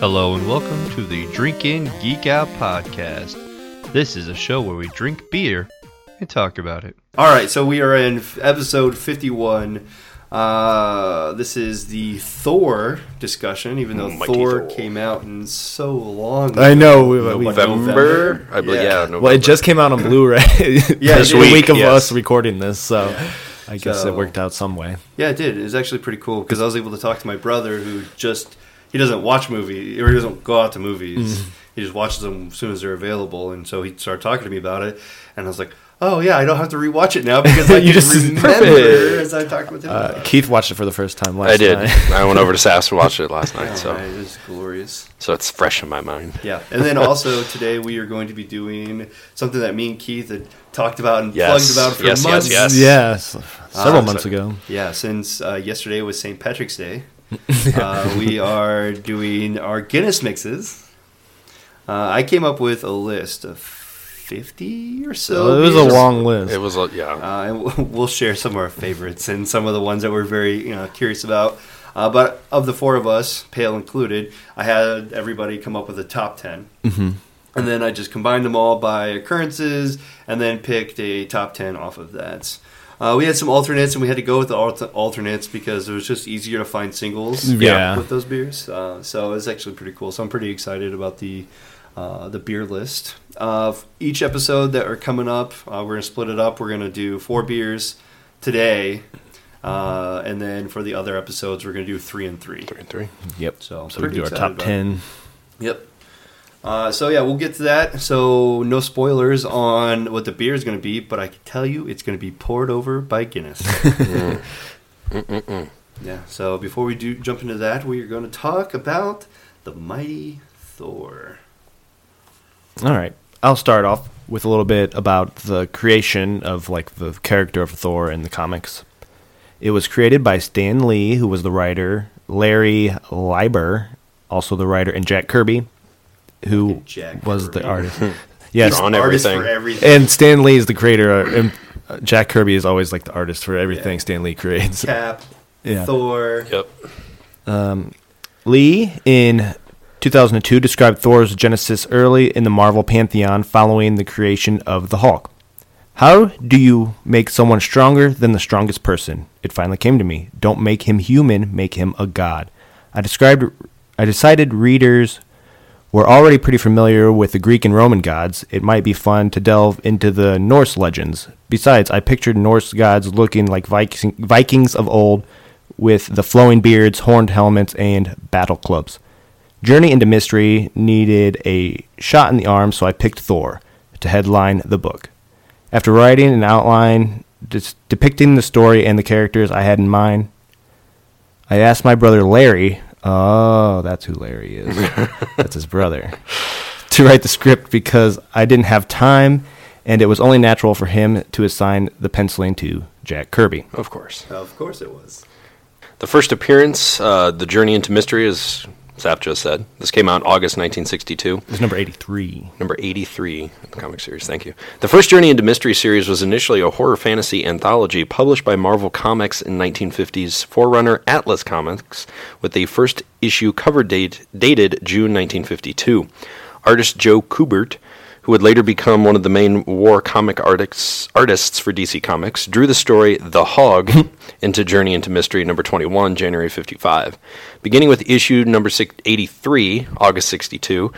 Hello and welcome to the Drink In Geek Out podcast. This is a show where we drink beer and talk about it. All right, so we are in f- episode 51. Uh, this is the Thor discussion, even though Mighty Thor, Thor. came out in so long. I know. We, Nobody- we, November, I Yeah. believe. Well, Yeah, it November. well, it just came out on Blu-ray. Yeah, this it week, did. of Yes. us recording this, so I guess So- it worked out some way. Yeah, it did. It was actually pretty cool because I was able to talk to my brother who just he doesn't watch movies or he doesn't go out to movies. Mm-hmm. He just watches them as soon as they're available, and so he started talking to me about it, and I was like. Oh yeah, I don't have to rewatch it now because I You just just- remember perfect. as I talked with him. Uh, about it. Keith watched it for the first time last I did. night. I went over to Sass and watched it last night, All right, so it was glorious. so it's fresh in my mind. Yeah, and then also today we are going to be doing something that me and Keith had talked about and Yes, plugged about for yes, yes, months. yes. Yeah, s- several so- months ago. Yeah, since uh, yesterday was St. Patrick's Day, uh, we are doing our Guinness mixes. Uh, I came up with a list of fifty or so. Uh, Oh, it was a beers. long list. It was, uh, yeah. Uh, and we'll- we'll share some of our favorites and some of the ones that we're very you know curious about. Uh, but of the four of us, Pale included, I had everybody come up with a top 10 Mm-hmm. And then I just combined them all by occurrences and then picked a top 10 off of that. Uh, we had some alternates and we had to go with the alter- alternates because it was just easier to find singles Yeah. with those beers. Uh, so it was actually pretty cool. So I'm pretty excited about the uh, the beer list. Uh, each episode that are coming up, uh, we're gonna split it up. We're gonna do four beers today, uh, and then for the other episodes, we're gonna do three and three. Three and three. yep. So, So we pretty do our excited top about it. ten. Yep. Uh, so yeah, we'll get to that. So no spoilers on what the beer is going to be, but I can tell you it's going to be poured over by Guinness. yeah. So before we do jump into that, we are going to talk about the mighty Thor. All right. I'll start off with a little bit about the creation of like the character of Thor in the comics. It was created by Stan Lee, who was the writer, Larry Leiber, also the writer, and Jack Kirby, who Fucking Jack was Kirby. the artist. yes, On Artist everything. for everything. and Stan Lee is the creator, uh, and uh, Jack Kirby is always like the artist for everything Yeah. Stan Lee creates. Cap. Yeah. Thor. Yep. Lee in 2002 described Thor's genesis early in the Marvel pantheon following the creation of the Hulk. How do you make someone stronger than the strongest person? It finally came to me. Don't make him human, make him a god. I described I decided readers were already pretty familiar with the Greek and Roman gods. It might be fun to delve into the Norse legends. Besides, I pictured Norse gods looking like Viking, Vikings of old with the flowing beards, horned helmets, and battle clubs. Journey into Mystery needed a shot in the arm, so I picked Thor to headline the book. After writing an outline dis- depicting the story and the characters I had in mind, I asked my brother Larry, oh, that's who Larry is, that's his brother, to write the script because I didn't have time and it was only natural for him to assign the penciling to Jack Kirby. Of course. Of course it was. The first appearance, uh, The Journey into Mystery, as Sap just said. This came out in August 1962. It was number 83. number 83 of the comic series. Thank you. The first Journey into Mystery series was initially a horror fantasy anthology published by Marvel Comics in 1950s forerunner Atlas Comics, with the first issue cover date dated June 1952. Artist Joe Kubert, who would later become one of the main war comic artists, artists for DC Comics, drew the story The Hog into Journey into Mystery number 21, January 55. Beginning with issue number six- 83, August 62,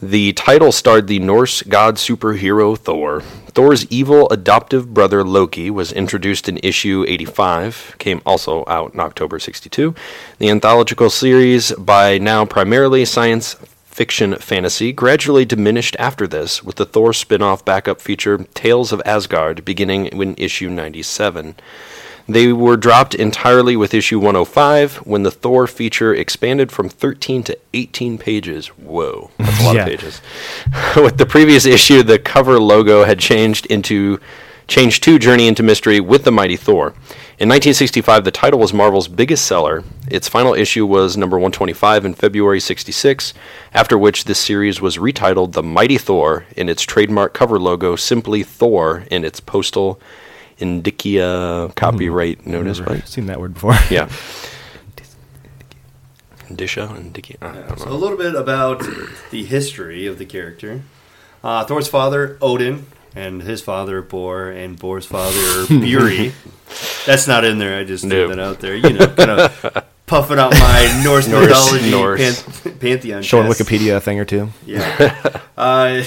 the title starred the Norse god superhero Thor. Thor's evil adoptive brother Loki was introduced in issue 85, came also out in October 62. The anthological series, by now primarily science fiction fantasy, gradually diminished after this, with the Thor spin off backup feature Tales of Asgard beginning in issue 97. They were dropped entirely with issue 105 when the Thor feature expanded from 13 to 18 pages. Whoa, that's a lot Yeah. of pages. with the previous issue, the cover logo had changed into changed to Journey into Mystery with the Mighty Thor. In 1965, the title was Marvel's biggest seller. Its final issue was number 125 in February 66, after which this series was retitled The Mighty Thor in its trademark cover logo, simply Thor in its postal indicia copyright notice, Never Oh, right? seen that word before. Yeah. and Disha and Dicky. I don't So know. a little bit about the history of the character. Uh, Thor's father, Odin, and his father, Bor, and Bor's father, Buri. That's not in there. I just threw Nope. that out there. You know, kind of puffing out my Norse, Norse, mythology Norse. Pan- pantheon. Showing cast. Wikipedia a thing or two. Yeah. Uh,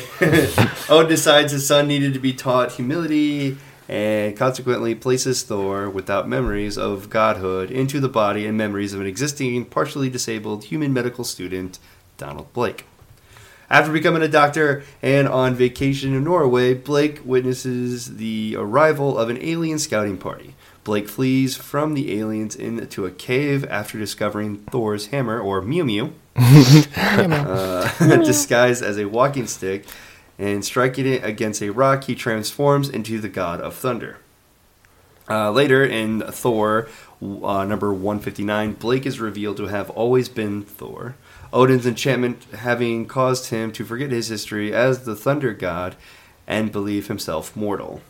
Odin decides his son needed to be taught humility and consequently places Thor, without memories of godhood, into the body and memories of an existing, partially disabled human medical student, Donald Blake. After becoming a doctor and on vacation in Norway, Blake witnesses the arrival of an alien scouting party. Blake flees from the aliens into a cave after discovering Thor's hammer, or Mew Mew, uh, disguised as a walking stick, and striking it against a rock, he transforms into the god of thunder. Uh, later in Thor uh, number 159, Blake is revealed to have always been Thor. Odin's enchantment having caused him to forget his history as the thunder god and believe himself mortal.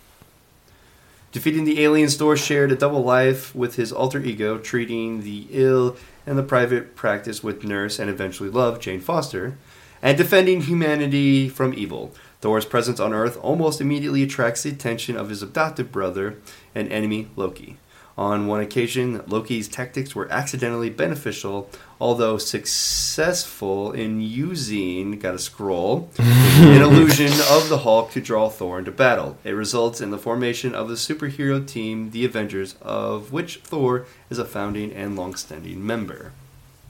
Defeating the aliens, Thor shared a double life with his alter ego, treating the ill and the private practice with nurse and eventually love, Jane Foster, and defending humanity from evil. Thor's presence on Earth almost immediately attracts the attention of his adopted brother and enemy, Loki. On one occasion, Loki's tactics were accidentally beneficial, although successful in using, got a scroll, an illusion of the Hulk to draw Thor into battle. It results in the formation of the superhero team, the Avengers, of which Thor is a founding and long-standing member.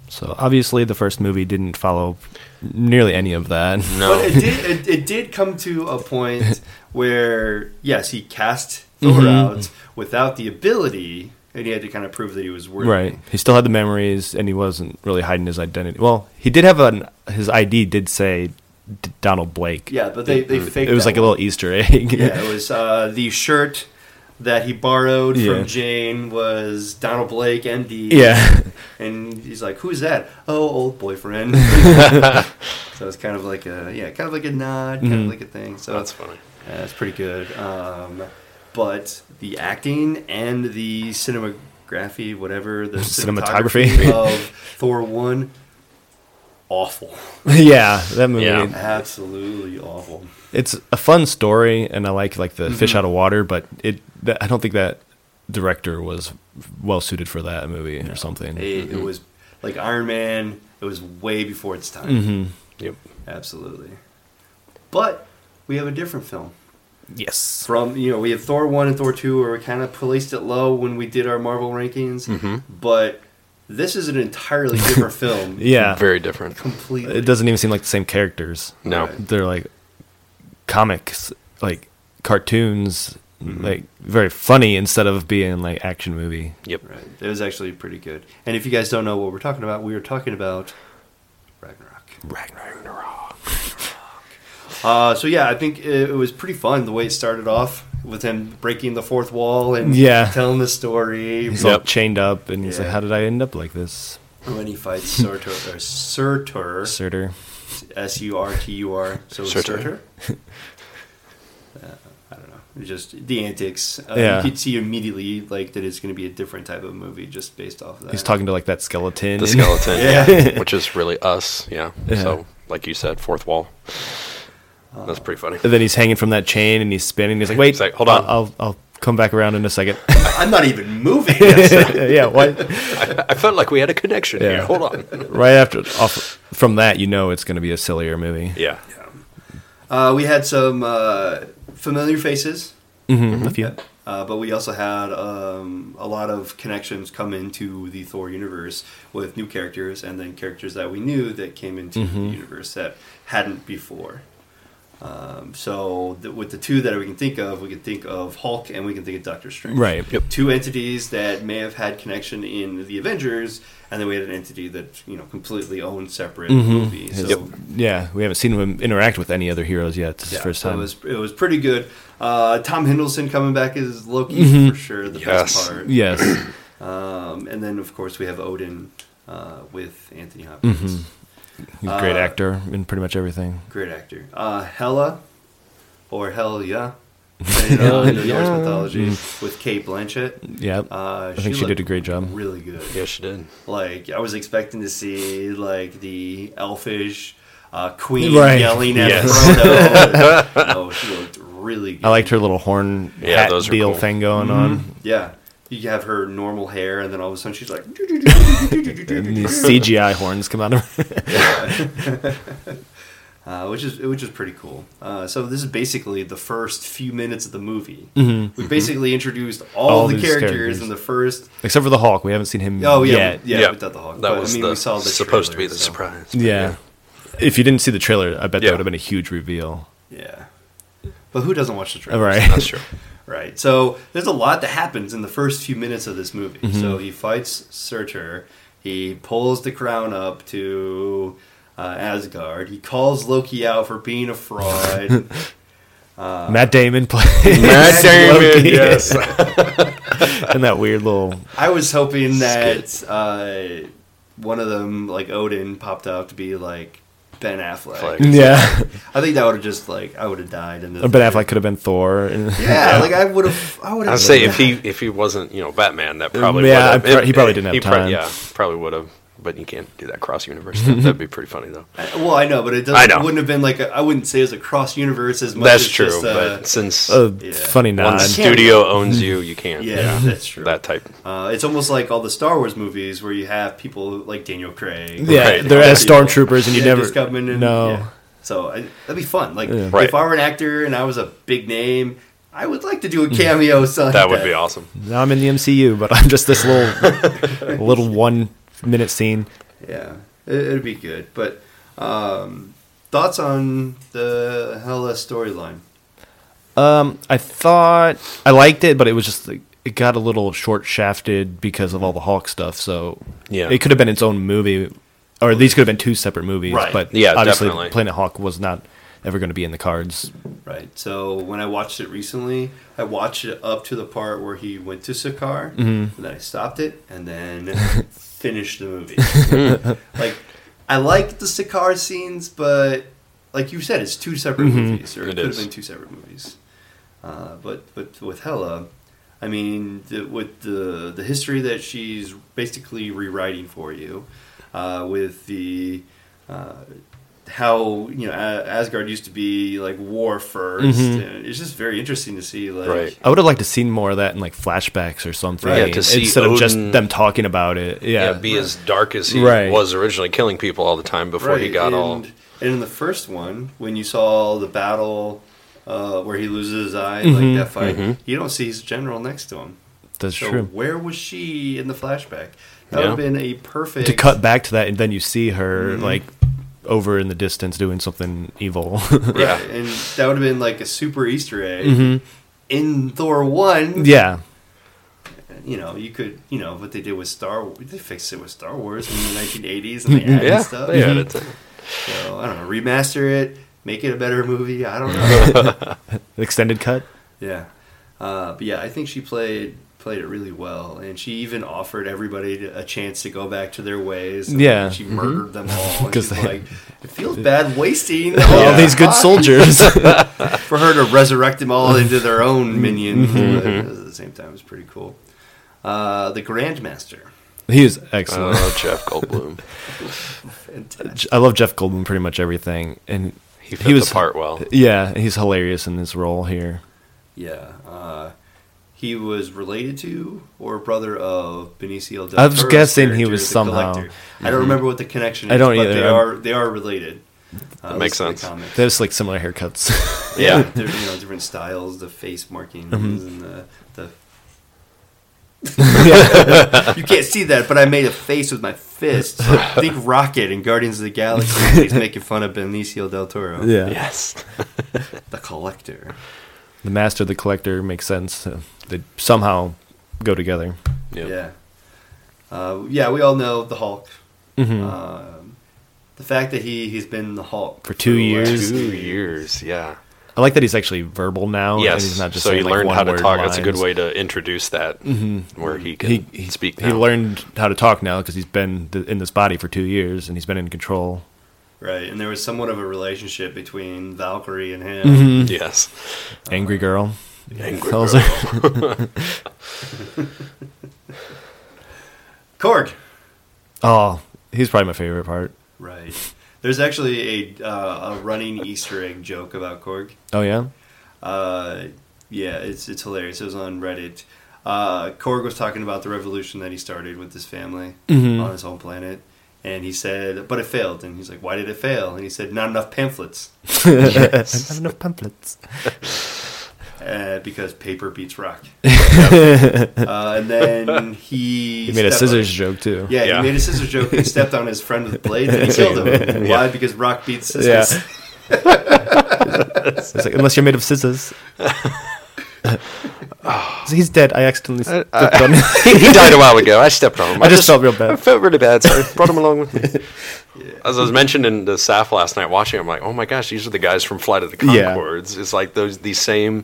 So obviously, the first movie didn't follow nearly any of that. No. But it did, it, it did come to a point where, yes, he cast Thor Mm-hmm. out without the ability, and he had to kind of prove that he was worthy. Right. He still had the memories, and he wasn't really hiding his identity. Well, he did have an his ID did say D- Donald Blake. Yeah, but they, they faked It was that like a one. little Easter egg. Yeah, it was uh, the shirt that he borrowed Yeah. from Jane was Donald Blake, MD. Yeah. and he's like, "Who's that? Oh, old boyfriend." so it's kind of like a yeah, kind of like a nod, kind of like a thing. So That's funny. yeah, Mm-hmm. that's pretty good. Um, but the acting and the cinematography, whatever the Cinematography. cinematography of Thor one, awful, Yeah, that movie. Yeah. absolutely awful. It's a fun story, and I like like Mm-hmm. the fish out of water, but it. That, I don't think that director was well suited for that movie or something. It, it was like Iron Man. It was way before its time. Yep. Absolutely. But we have a different film. Yes. From you know, we have Thor one and Thor two, where we kind of placed it low when we did our Marvel rankings. Mm-hmm. But this is an entirely different film. Yeah. Very different. completely. It doesn't even seem like the same characters. No. Right. they're like comics, like cartoons, Mm-hmm. like very funny instead of being like action movie. Yep. Right. It was actually pretty good. And if you guys don't know what we're talking about, we were talking about Ragnarok. Ragnarok. Uh, so yeah, I think it, it was pretty fun the way it started off with him breaking the fourth wall and Yeah. telling the story. He's all Yep. chained up, and he's Yeah. like, "How did I end up like this, When he fights Surtur, or Surtur, Surtur?" S U R T U R. So it's Surtur. Surtur. Uh, I don't know. It's Just the antics. Uh, Yeah. You could see immediately like that it's going to be a different type of movie just based off of that. He's talking to like that skeleton. The skeleton. Yeah. Which is really us. Yeah. Yeah. So, like you said, fourth wall. That's pretty funny. And then he's hanging from that chain, and he's spinning. He's like, "Wait, He's like, "Hold on." I'll, I'll I'll come back around in a second. I'm not even moving. yeah, what? I, I felt like we had a connection Yeah. here. Hold on. Right after off from that, you know it's going to be a sillier movie. Yeah. uh, we had some uh, familiar faces, Mm-hmm. A few. uh, but we also had um, a lot of connections come into the Thor universe with new characters and then characters that we knew that came into the Mm-hmm. universe that hadn't before. Um, so th- with the two that we can think of, we can think of Hulk and we can think of Doctor Strange. Right. Yep. Two entities that may have had connection in the Avengers, and then we had an entity that you know completely owned separate Mm-hmm. movie. So Yeah, we haven't seen him interact with any other heroes yet. This is yeah, his first so time. it was it was pretty good. Uh, Tom Hiddleston coming back as Loki Mm-hmm. for sure, the Yes. best part. yes. Um, and then of course we have Odin uh, with Anthony Hopkins, Mm-hmm. He's a great Uh, actor in pretty much everything. great actor. Uh, Hela or Hell Yeah, in uh, the Norse Yeah. mythology with Kate Blanchett. Yep. Uh, Mm-hmm. I think she did looked a great job. Really good. Yes, she did. Like I was expecting to see like the elfish uh, queen Right. yelling at Yes. Frodo. no, she looked really good. I liked her little horn Yeah, hat those are deal cool. thing going Mm-hmm. on. Yeah, you have her normal hair, and then all of a sudden she's like, And these CGI horns come out of her. uh, which is which is pretty cool. Uh, so this is basically the first few minutes of the movie. We basically introduced all, Mm-hmm. All the these characters, characters. in the first. Except for the Hulk. We haven't seen him Oh yeah, yet. we- yeah, Yeah. without the Hulk. That But, was I mean, the, we saw the supposed to be trailer, the so- surprise. but Yeah. If you didn't see the trailer, I bet Yeah. that would have been a huge reveal. Yeah, but who doesn't watch the trailer? All right. That's true. Right. So there's a lot that happens in the first few minutes of this movie. Mm-hmm. So he fights Surtur. He pulls the crown up to uh, Asgard. He calls Loki out for being a fraud. Uh, Matt Damon plays Matt Damon, Loki yes. and that weird little I was hoping that uh, one of them, like Odin, popped up to be like Ben Affleck. Affleck. yeah. I think that would have just like I would have died. In the Or Ben Affleck could have been Thor. And, Yeah, like I would have. I would I'd have. say if he if he wasn't you know Batman, that probably Yeah, would've- I pro- he probably didn't have prob- time. yeah, probably would have. But you can't do that cross universe. stuff. That'd be pretty funny though. I- Well, I know, but it doesn't. I know. Wouldn't have been like I I wouldn't say as a cross universe as much. That's as true. Just, uh, but since a one Yeah. funny nod. studio owns you, you can't. yeah, that's true. that type. Uh, it's almost like all the Star Wars movies where you have people like Daniel Craig. Yeah, Right. they're as People. stormtroopers, and you Yeah, never just come in and- no. yeah. So I, that'd be fun. Like Right. if I were an actor and I was a big name, I would like to do a cameo. something That like would be awesome. Now I'm in the MCU, but I'm just this little little one minute scene. Yeah, it, it'd be good. But um, thoughts on the Hella storyline? Um, I thought I liked it, but it was just like, it got a little short shafted because of all the Hulk stuff. So Yeah. it could have been its own movie, or these could have been two separate movies. Right. But Yeah, obviously definitely. Planet Hulk was not ever going to be in the cards. Right. So when I watched it recently, I watched it up to the part where he went to Sakaar, and then I stopped it, and then finished the movie. like, I like the Sakaar scenes, but like you said, it's two separate movies, or it, It could is. have been two separate movies. Uh, but but with Hella, I mean, the, with the the history that she's basically rewriting for you, uh, with the uh, how you know A- Asgard used to be like war 1st Mm-hmm. and it's just very interesting to see like Right. I would have liked to seen more of that in like flashbacks or something. Right. Yeah, to see instead of just Odin- them talking about it. Yeah, Yeah, be as dark as he Right. was originally, killing people all the time before he got and, all. and in the first one when you saw the battle uh, where he loses his eye Mm-hmm. like that fight Mm-hmm. you don't see his general next to him that's so true. where was she in the flashback that Yeah. would have been a perfect to cut back to that and then you see her Mm-hmm. like over in the distance doing something evil. yeah Yeah. and that would have been like a super Easter egg Mm-hmm. in Thor one yeah. you know, you could, you know, what they did with Star Wars, they fixed it with Star Wars in the 1980s and they added Yeah, stuff. they added that. So, I don't know, remaster it, make it a better movie. I don't know. Extended cut. yeah. Uh, but yeah, I think she played played it really well. And she even offered everybody to, a chance to go back to their ways. and Yeah. Mm-hmm. She murdered them all. Because 'Cause they- like, it feels bad wasting All these good soldiers. for her to resurrect them all into their Mm-hmm. own minions. But at the same time, it was pretty cool. Uh, the Grandmaster. he was excellent. Oh, Jeff Goldblum. Fantastic. I love Jeff Goldblum in pretty much everything and He fit the part well. Yeah, he's hilarious in this role here. Yeah. Uh, he was related to or brother of Benicio del I was Toro's guessing he character, was the somehow. Mhm. Collector. I don't remember what the connection is, I don't but either. they I'm- are they are related. Uh, makes at least sense. in the comics. They have like similar haircuts. Yeah. They're, you know, different styles, the face markings Mm-hmm. and the the You can't see that, but I made a face with my fist. Think Rocket in Guardians of the Galaxy. He's making fun of Benicio del Toro, yeah. Yes. the collector. The master, the collector makes sense. Uh, They somehow go together. Yep. Yeah. Uh, yeah, we all know the Hulk. Mhm. Um, the fact that he he's been the Hulk For two the years. last Two years. Yeah. I like that he's actually verbal now. Oh, and Yes. he's not just so he saying, like, learned how to one-word talk. That's a good lines. Mm-hmm. way to introduce that, where he can he, he speak. He now. learned how to talk now because he's been th- in this body for two years and he's been in control. Right, and there Mm-hmm. was somewhat of a relationship between Valkyrie and him. Yes. Angry girl. Angry Tells Bird. her- Korg. oh, he's probably my favorite part. Right. There's actually a uh, a running Easter egg joke about Korg. Oh yeah, Uh, yeah, it's it's hilarious. It was on Reddit. Uh, Korg was talking about the revolution that he started with his family on his home planet, and he said, "But it failed." And he's like, "Why did it fail?" And he said, "Not enough pamphlets." I don't have enough pamphlets. Uh, because paper beats rock. uh, and then he He made a stepped scissors on- joke too. Yeah, Yeah. he made a scissors joke. and He stepped on his friend with blades and he killed him. Why? Because rock beats scissors. Yeah. It's like unless you're made of scissors. So he's dead. I accidentally stepped on him. he he died a while ago. I stepped on him. I just felt real bad. I felt really bad, so I brought him along with me. As I was mentioned in the SAF last night watching, I'm like, oh my gosh, these are the guys from Flight of the Yeah. Concords. It's like those these same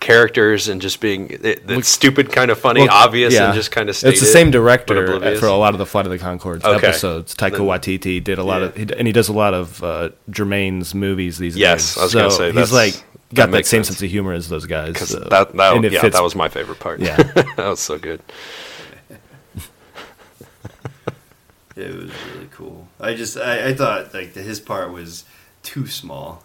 characters and just being it, that stupid kind of funny, Well, obvious, yeah. and just kind of It's the same director oblivious. for a lot of the Flight of the Concords Okay. episodes. Taika Then- Waititi did a lot of, he d- and he does a lot of uh, Jermaine's movies these days. Yes, I was gonna say, that's- he's like that got that makes same sense. sense of humor as those guys. Because so- that, and that, it yeah, fits- that was my favorite part. Yeah. that was so good. It was really cool. I just I, I thought like the, his part was too small,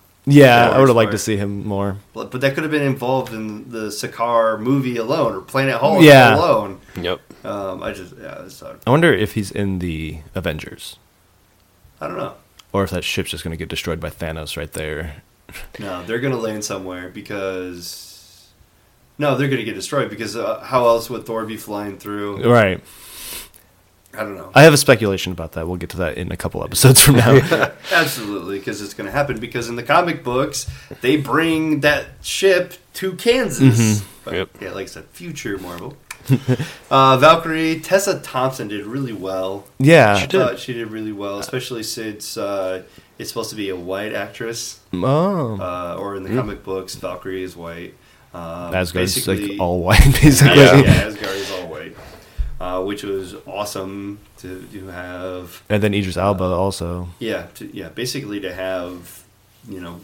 Yeah, yeah. I would it's have liked to hard. see him more. but, but that could have been involved in the Sakar movie alone or Planet Hollow Yeah. alone. Yep. Um, I just yeah, I, just thought, I wonder if he's in the Avengers I don't know. or if that ship's just gonna get destroyed by Thanos right there. No, they're gonna land somewhere because no, they're gonna get destroyed because uh, how else would Thor be flying through? Right. I don't know. I have a speculation about that. We'll get to that in a couple episodes from now. Absolutely, because it's going to happen. Because in the comic books, they bring that ship to Kansas. Mm-hmm. But, Yep. Yeah, like I said, future Marvel. uh, Valkyrie Tessa Thompson did really well. yeah. I thought she did really well, especially since uh, it's supposed to be a white actress, Oh. uh, or in the comic books, Valkyrie is white. Um, Asgard's basically- like all white, basically. Yeah, yeah, Asgard is all white, uh, which was awesome to, to have. And then Idris Alba also. Yeah, to, yeah. Basically, to have you know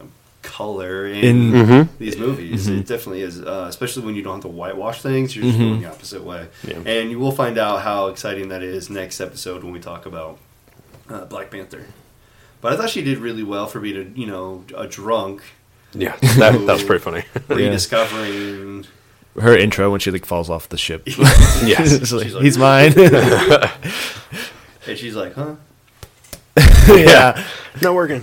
um, color In- in, these movies, it definitely is. Uh, especially when you don't have to whitewash things, you're just going the opposite way. Yeah. And you will find out how exciting that is next episode when we talk about uh, Black Panther. But I thought she did really well for being a you know a drunk Yeah, that, that was pretty funny. rediscovering. Her intro when she like falls off the ship. yes. It's like, She's like- He's mine. And she's like, huh? yeah. Not working.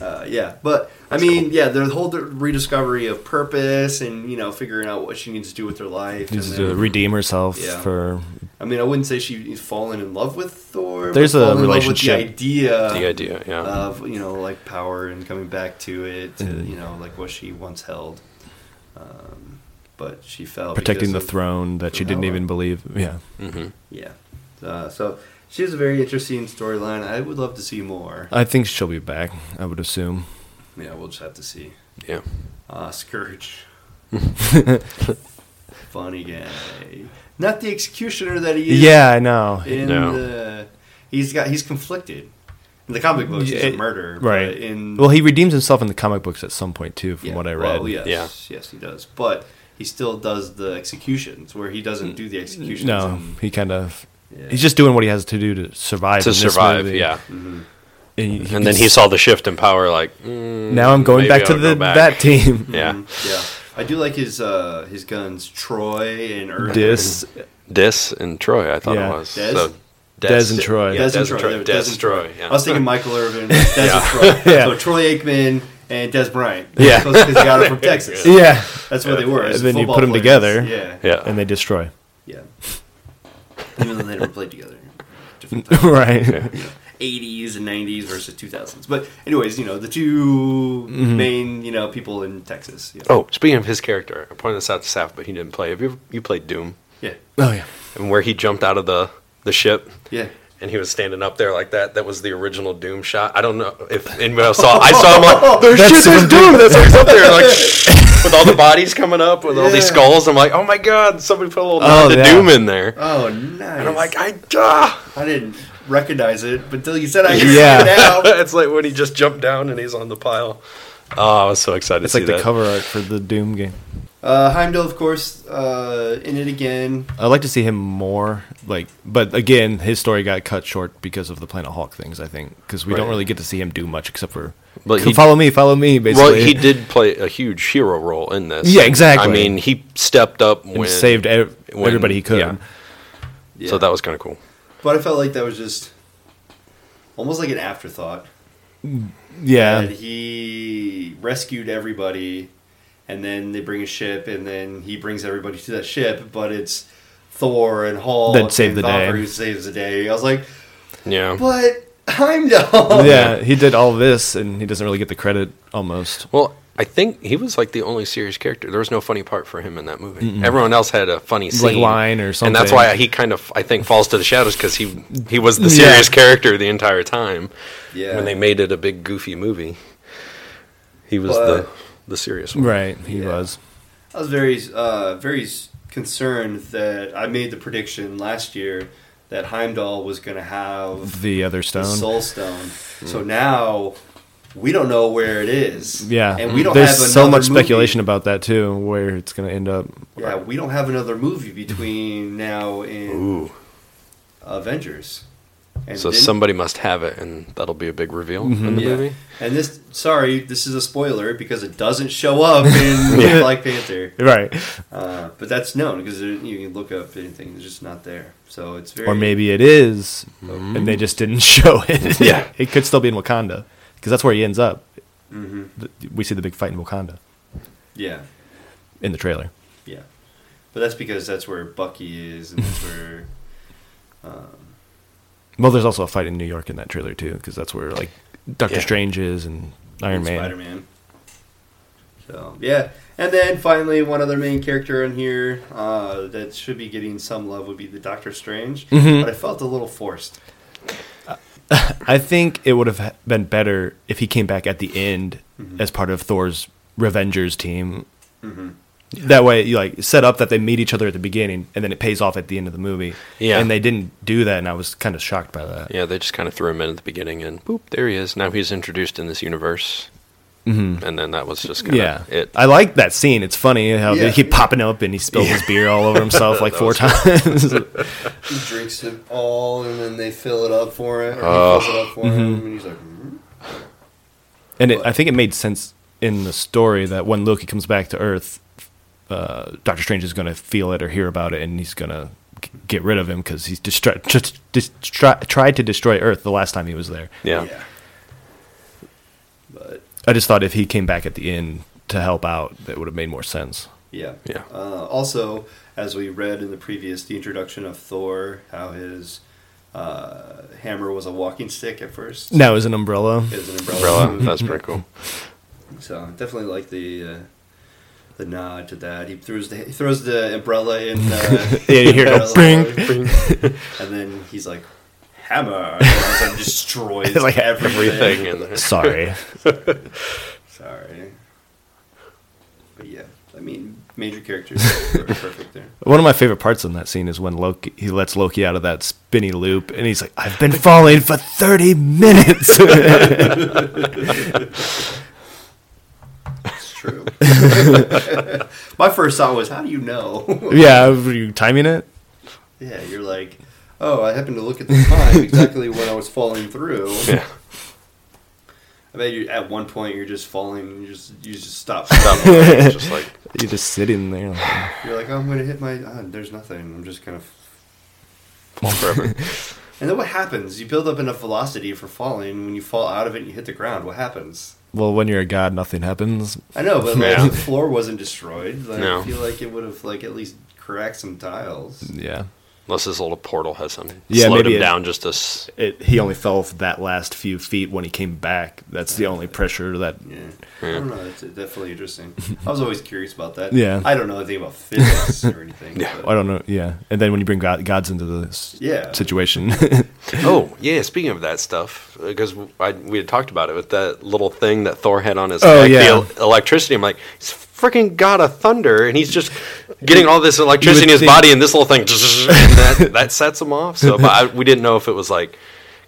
Uh, yeah, but I mean, yeah, the whole rediscovery of purpose and you know figuring out what she needs to do with her life. and Just then- to redeem herself Yeah. for I mean, I wouldn't say she's fallen in love with Thor. but There's a fallen in love relationship. with the idea, The idea, yeah. of you know like power and coming back to it, to, Mm-hmm. you know like what she once held. Um, but she fell protecting because the of- throne that she didn't Valor. even believe. Yeah. Mm-hmm. Yeah, uh, so she has a very interesting storyline. I would love to see more. I think she'll be back, I would assume. Yeah, we'll just have to see. Yeah. Uh, Scourge. Funny guy. Not the executioner that he is. Yeah, I know. in No. the he's got he's conflicted. In the comic books, he's Yeah, a murderer, right. But in Well, he redeems himself in the comic books at some point too, from yeah, what I read. well, yes, Yeah. yes, he does. But he still does the executions where he doesn't do the executions. Um, No, and- he kind of Yeah. he's just doing what he has to do to survive. To in this survive, movie. yeah. And, he- And then he saw the shift in power, like, mm, now I'm going maybe back to I'll go the back. that team. Yeah. Mhm, yeah. I do like his uh, his guns, Troy and Earth. Dis Des and Troy, I thought Yeah. it was. Des? So Des and Troy. Yeah, Des, and Troy. Troy. They're Des Des and Troy. I was Yeah. thinking Michael Irvin, Des and Troy. Yeah. So Troy Aikman and Des Bryant. Yeah. because they got it from Texas. Yeah. That's where they were. And as then you football put 'em players. together. Yeah, Yeah. And they destroy. yeah. Even though they never played together. Different time. right. 80s and 90s versus 2000s. But anyways, you know, the 2 main, you know, people in Texas. Yeah. oh, speaking of his character, I pointed this out to Saf, but he didn't play. Have you ever, you played Doom? Yeah. Oh yeah. And where he jumped out of the, the ship Yeah. and he was standing up there like that. That was the original Doom shot. I don't know if anyone else saw. I saw him like, there's That's shit, there's so Doom. That's what's up there, like with all the bodies coming up, with all these Yeah. skulls. I'm like, oh my god, somebody put a little nod Oh, to yeah. Doom in there. Oh, nice. And I'm like, I ah. I didn't recognize it but until you said I could Yeah. see it now. it's like when he just jumped down and he's on the pile. Oh, I was so excited. It's to like see the that. cover art for the Doom game. Uh, Heimdall, of course, uh, in it again. I'd like to see him more, like, but again, his story got cut short because of the Planet Hulk things. I think because we don't Right. really get to see him do much except for But he- follow me, follow me. Basically, Well, he did play a huge hero role in this. Yeah, exactly. I mean, he stepped up and when saved ev- when- everybody he could. yeah. Yeah. So that was kind of cool. But I felt like that was just almost like an afterthought. Yeah. That he rescued everybody, and then they bring a ship, and then he brings everybody to that ship. But it's Thor and Hulk That saved and the day. Valkyrie Who saves the day? I was like, Yeah. but Heimdall. Oh, yeah, he did all this, and he doesn't really get the credit. Almost, Well, I think he was like the only serious character. There was no funny part for him in that movie. Everyone else had a funny scene, line or and that's something. why he kind of I think falls to the shadows because he he was the Yeah. serious character the entire time. Yeah. When they made it a big goofy movie, he was the But- the serious one. right? He Yeah. was. I was very, uh, very s- concerned that I made the prediction last year that Heimdall was going to have the other the stone. Soul Stone. So Hmm. now we don't know where it is. Yeah, and we don't There's have so another much movie. speculation about that too, where it's going to end up. Yeah, we don't have another movie between now and Ooh. Avengers. And So then- Mm-hmm. somebody must have it, and that'll be a big reveal in the yeah. movie. And this, sorry, this is a spoiler because it doesn't show up in Yeah. Black Panther. Right, Uh, but that's known because there- you can look up anything; it's just not there. So it's very or maybe it is, and they just didn't show it. Yeah. it could still be in Wakanda because that's where he ends up. Mm-hmm. Th- We see the big fight in Wakanda yeah, in the trailer. yeah. But that's because that's where Bucky is, and that's where Well, there's also a fight in New York in that trailer too, because that's where like Doctor Yeah. Strange is and Iron Man. Spider Man. So yeah, and then finally, one other main character in here uh, that should be getting some love would be the Doctor Strange, Mm-hmm. but I felt a little forced. I think it would have been better if he came back at the end as part of Thor's Revengers team. That way, you like set up that they meet each other at the beginning, and then it pays off at the end of the movie. Yeah. and they didn't do that, and I was kind of shocked by that. Yeah, they just kind of threw him in at the beginning, and boop, there he is. Now he's introduced in this universe, mm-hmm. and then that was just kind Yeah, of it. I like that scene. It's funny how Yeah. they keep popping up and he spills his beer all over himself like That four was times. He drinks it all, and then they fill it up for him, or Oh. he fills it up for him, and he's like, "Hmm?" and it, I think it made sense in the story that when Loki comes back to Earth, uh, Doctor Strange is going to feel it or hear about it, and he's going to get rid of him because he's distra- just, just try, tried to destroy Earth the last time he was there. yeah. But I just thought if he came back at the end to help out, that would have made more sense. yeah, Yeah. Uh, also, as we read in the previous, the introduction of Thor, how his uh, hammer was a walking stick at first. Now as an umbrella, As an Umbrella, that's pretty cool. So I definitely like the uh, the nod to that. He throws the he throws the umbrella in. Uh, Yeah, you hear it go, umbrella, and then he's like, "Hammer!" And it's like destroys It's like everything. Everything in there. sorry, Sorry, but yeah, I mean, major characters are perfect there. one of my favorite parts in that scene is when Loki he lets Loki out of that spinny loop, and he's like, "I've been falling for thirty minutes." It's true. My first thought was, "How do you know?" yeah, were you timing it? yeah, you're like, "Oh, I happened to look at the time exactly when I was falling through." Yeah. I bet you at one point you're just falling. You just you just stop. That moment was just like, You're just sitting there. Like, You're like, oh, I'm gonna hit my. ah, there's nothing. I'm just gonna. fall forever. And then what happens? You build up enough velocity for falling. When you fall out of it and you hit the ground, what happens? Well, when you're a god, nothing happens. I know, but like, Yeah. the floor wasn't destroyed. Like, No. I feel like it would have like at least cracked some tiles. Yeah. Unless his little portal has something. Yeah, slowed maybe him it- down just this. It, he only fell off that last few feet when he came back. That's the only pressure that. Yeah. I don't know. It's definitely interesting. I was always curious about that. Yeah. I don't know anything about physics or anything. Yeah. I don't know. Yeah. And then when you bring god, gods into this Yeah. situation, Oh, yeah. Speaking of that stuff, because I, we had talked about it with that little thing that Thor had on his Oh, neck, yeah. the el- electricity. I'm like, he's freaking god of thunder, and he's just getting all this electricity in his think- body, and this little thing, and that, that sets him off. So but I, we didn't know if it was like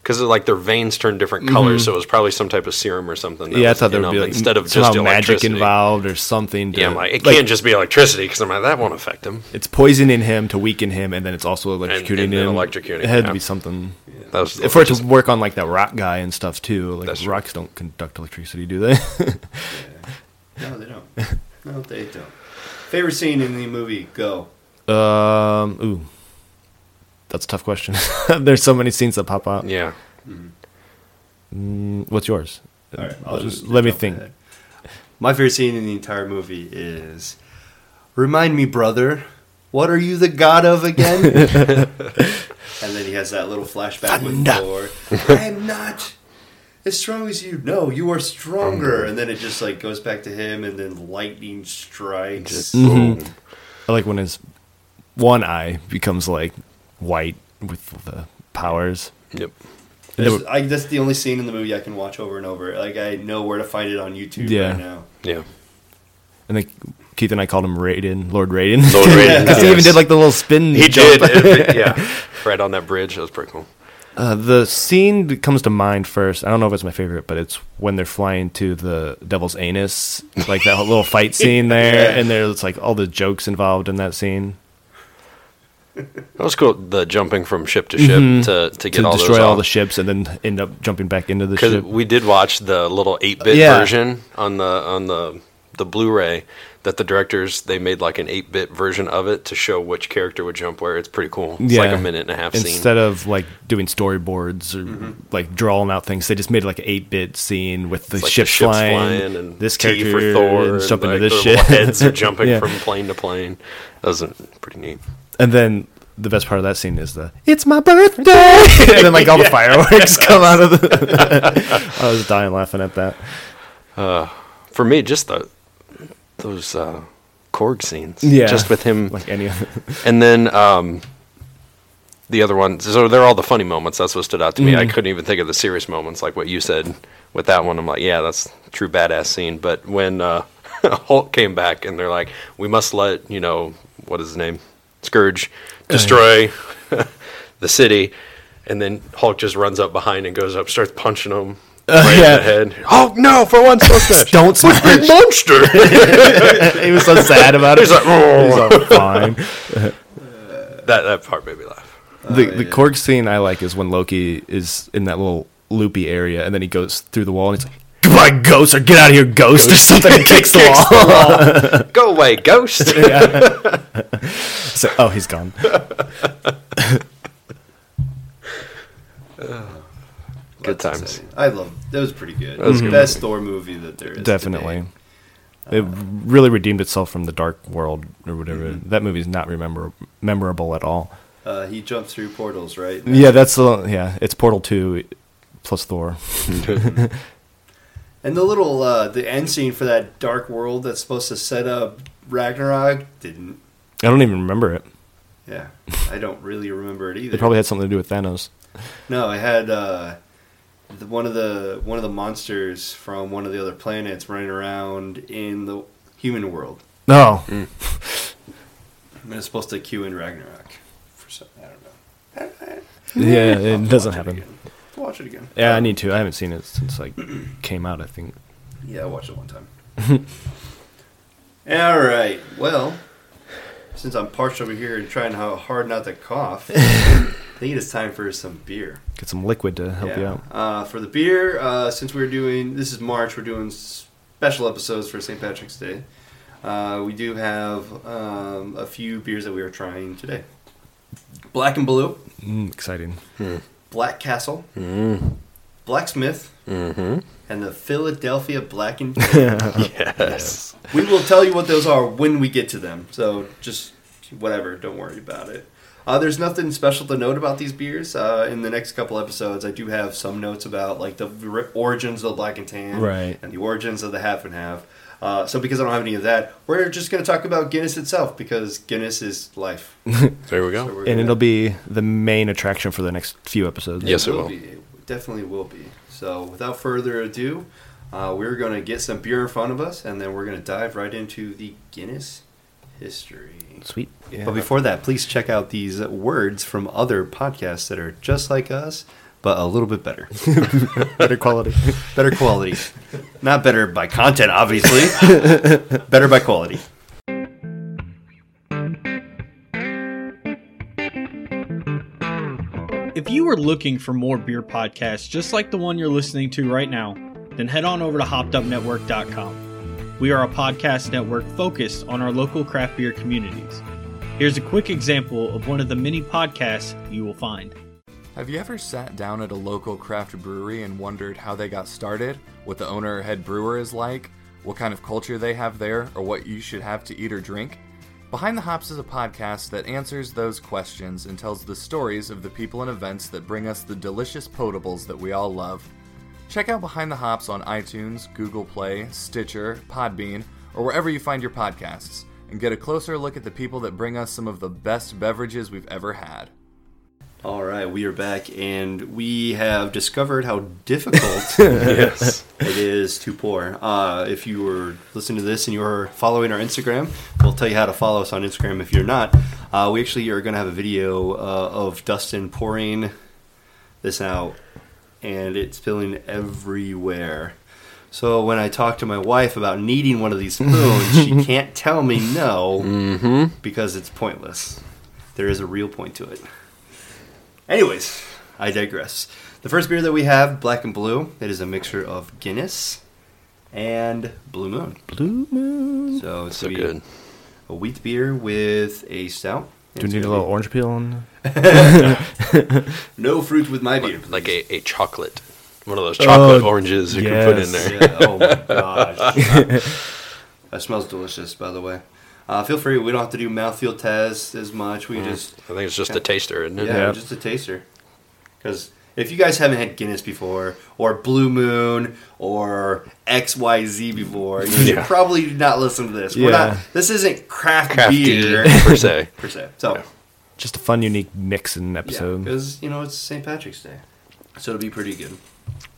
because like their veins turned different colors, so it was probably some type of serum or something. that Mm-hmm. yeah, I was thought there in would them be like, instead of somehow just magic electricity. involved or something. To, Yeah, I'm like, it can't just be electricity because I'm like, that won't affect him. It's poisoning him to weaken him, and then it's also electrocuting and then him. electrocuting, it had yeah. to be something. That was For it to work on like that rock guy and stuff too. Like That's true. rocks don't conduct electricity, do they? No, they don't. No, they don't. Favorite scene in the movie? Go. um, ooh, that's a tough question. There's so many scenes that pop up. yeah. What's yours? All right, I'll Let- just let me jump think. ahead. My favorite scene in the entire movie is "Remind me, brother, what are you the god of again?" and then he has that little flashback with Thor. I am not as strong as you. No, you are stronger. And then it just like goes back to him, and then lightning strikes. Just, Mm-hmm. boom. I like when his one eye becomes like white with the powers. Yep. That's- I, that's the only scene in the movie I can watch over and over. Like I know where to find it on YouTube Yeah. right now. Yeah. And then Keith and I called him Raiden, Lord Raiden. Lord Raiden, 'Cause he even yes. did like the little spin. He jump. did. yeah. Right on that bridge. That was pretty cool. Uh, the scene that comes to mind first, I don't know if it's my favorite, but it's when they're flying to the devil's anus, like that little fight scene there, and there's like all the jokes involved in that scene. That was cool. The jumping from ship to ship to, to get Mm-hmm. to all destroy those all off. the ships and then end up jumping back into the because ship. we did watch the little eight bit Yeah. version on the on the the Blu-ray that the directors they made like an eight bit version of it to show which character would jump where. It's pretty cool. It's like a minute and a half Instead scene. of like doing storyboards or like drawing out things, they just made like an eight bit scene with the It's like ship ship's flying, and this T character for Thor, and jumping like to this their ship. little Heads are jumping Yeah. from plane to plane. That was uh, pretty neat. And then the best part of that scene is the "It's my birthday," and then like all the fireworks come out of the. I was dying laughing at that. For me, just the those uh, Korg scenes, Yeah. just with him Like any other. And then um, the other one, so they're all the funny moments. That's what stood out to me. I Mm. couldn't even think of the serious moments, like what you said with that one. I'm like, yeah, that's a true badass scene. But when uh, Hulk came back and they're like, we must let you know what is his name, Scourge, Oh, destroy the city, and then Hulk just runs up behind and goes up, starts punching him. right Uh, yeah. in the head. Oh no! For once, so snatch. Don't Big monster. he was so sad about it. He's like, He was "Oh." all fine. that that part made me laugh. the the Korg scene I like is when Loki is in that little loopy area, and then he goes through the wall, and he's like, "Goodbye, ghost!" or "Get out of here, ghost!" or something. and kicks the Kicks wall. Go away, ghost. So, oh, he's gone. Good That's times. exciting. I love that was pretty good. was a good Best Thor movie that there is. Mhm. Definitely. today. It really redeemed itself from the Dark World or whatever. That movie's not remember memorable at all. Uh, he jumps through portals, right? Yeah, that's the yeah. It's Portal Two plus Thor. And the little uh, the end scene for that dark world that's supposed to set up Ragnarok didn't. I don't even remember it. Yeah, I don't really remember it either. It probably had something to do with Thanos. No, I had uh, the, one of the one of the monsters from one of the other planets running around in the human world. No, And it's supposed to cue in Ragnarok. For some, I don't know. yeah, it doesn't Watch happen. It again. Watch it again. Yeah, I need to. I haven't seen it since like came out. I think. Yeah, I watched it one time. All right. Well, since I'm parched over here and trying how hard not to cough, I think it's time for some beer. Get some liquid to help you out. Uh, for the beer, uh, since we're doing this is March, we're doing special episodes for St. Patrick's Day. Uh, we do have um, a few beers that we are trying today. Black and Blue, Mm, exciting. Black Castle, Mm. Blacksmith, Mm-hmm. and the Philadelphia Black and yes. We will tell you what those are when we get to them. So just whatever, don't worry about it. Uh, there's nothing special to note about these beers. Uh, in the next couple episodes, I do have some notes about like the r- origins of the black and tan, Right. and the origins of the half and half. Uh, so because I don't have any of that, we're just going to talk about Guinness itself because Guinness is life. There we go. So we're And gonna- it'll be the main attraction for the next few episodes. Yes, it will. Be. It definitely will be. So without further ado, uh, we're going to get some beer in front of us, and then we're going to dive right into the Guinness history. Sweet. But before that, please check out these words from other podcasts that are just like us. but a little bit better. Better quality. better quality. Not better by content, obviously. better by quality. If you are looking for more beer podcasts just like the one you're listening to right now, then head on over to hoppedupnetwork.com. We are a podcast network focused on our local craft beer communities. Here's a quick example of one of the many podcasts you will find. Have you ever sat down at a local craft brewery and wondered how they got started, what the owner or head brewer is like, what kind of culture they have there, or what you should have to eat or drink? Behind the Hops is a podcast that answers those questions and tells the stories of the people and events that bring us the delicious potables that we all love. Check out Behind the Hops on iTunes, Google Play, Stitcher, Podbean, or wherever you find your podcasts, and get a closer look at the people that bring us some of the best beverages we've ever had. All right, we are back, and we have discovered how difficult Yes. it is to pour. Uh, if you were listening to this and you were following our Instagram, we'll tell you how to follow us on Instagram. If you're not, uh, we actually are going to have a video uh, of Dustin pouring this out, and it's spilling everywhere. So when I talk to my wife about needing one of these spoons, she can't tell me no Mm-hmm. because it's pointless. There is a real point to it. Anyways, I digress. The first beer that we have, Black and Blue, it is a mixture of Guinness and Blue Moon. Blue moon. So it's so gonna be good. A wheat beer with a stout. Do It's we need a gonna little orange peel on? be No fruit with my beer. Like a, a chocolate. One of those chocolate Oh, oranges you can put in yes. there. Yeah, oh my gosh. that smells delicious, by the way. Uh, feel free. We don't have to do mouthfeel tests as much. We Mm-hmm. just I think it's just a taster, isn't it? Yeah, Yeah. just a taster. Because if you guys haven't had Guinness before, or Blue Moon, or XYZ before, you should Yeah. probably not listen to this. We're Yeah. not, this isn't craft, Crafty beer per se. per se. So, Just a fun, unique mix and yeah, episode. because, you know, it's St. Patrick's Day. So it'll be pretty good.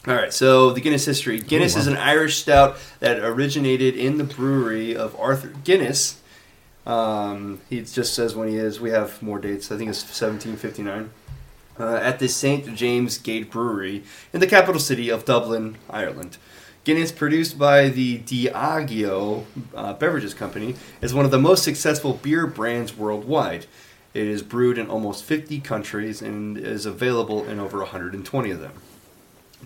All right, so the Guinness history. Guinness is an Irish stout that originated in the brewery of Arthur Guinness. Um, he just says when he is. We have more dates. I think it's 1759 uh, at the St. James Gate Brewery in the capital city of Dublin, Ireland. Guinness, produced by the Diageo uh, Beverages Company, is one of the most successful beer brands worldwide. It is brewed in almost 50 countries and is available in over 120 of them.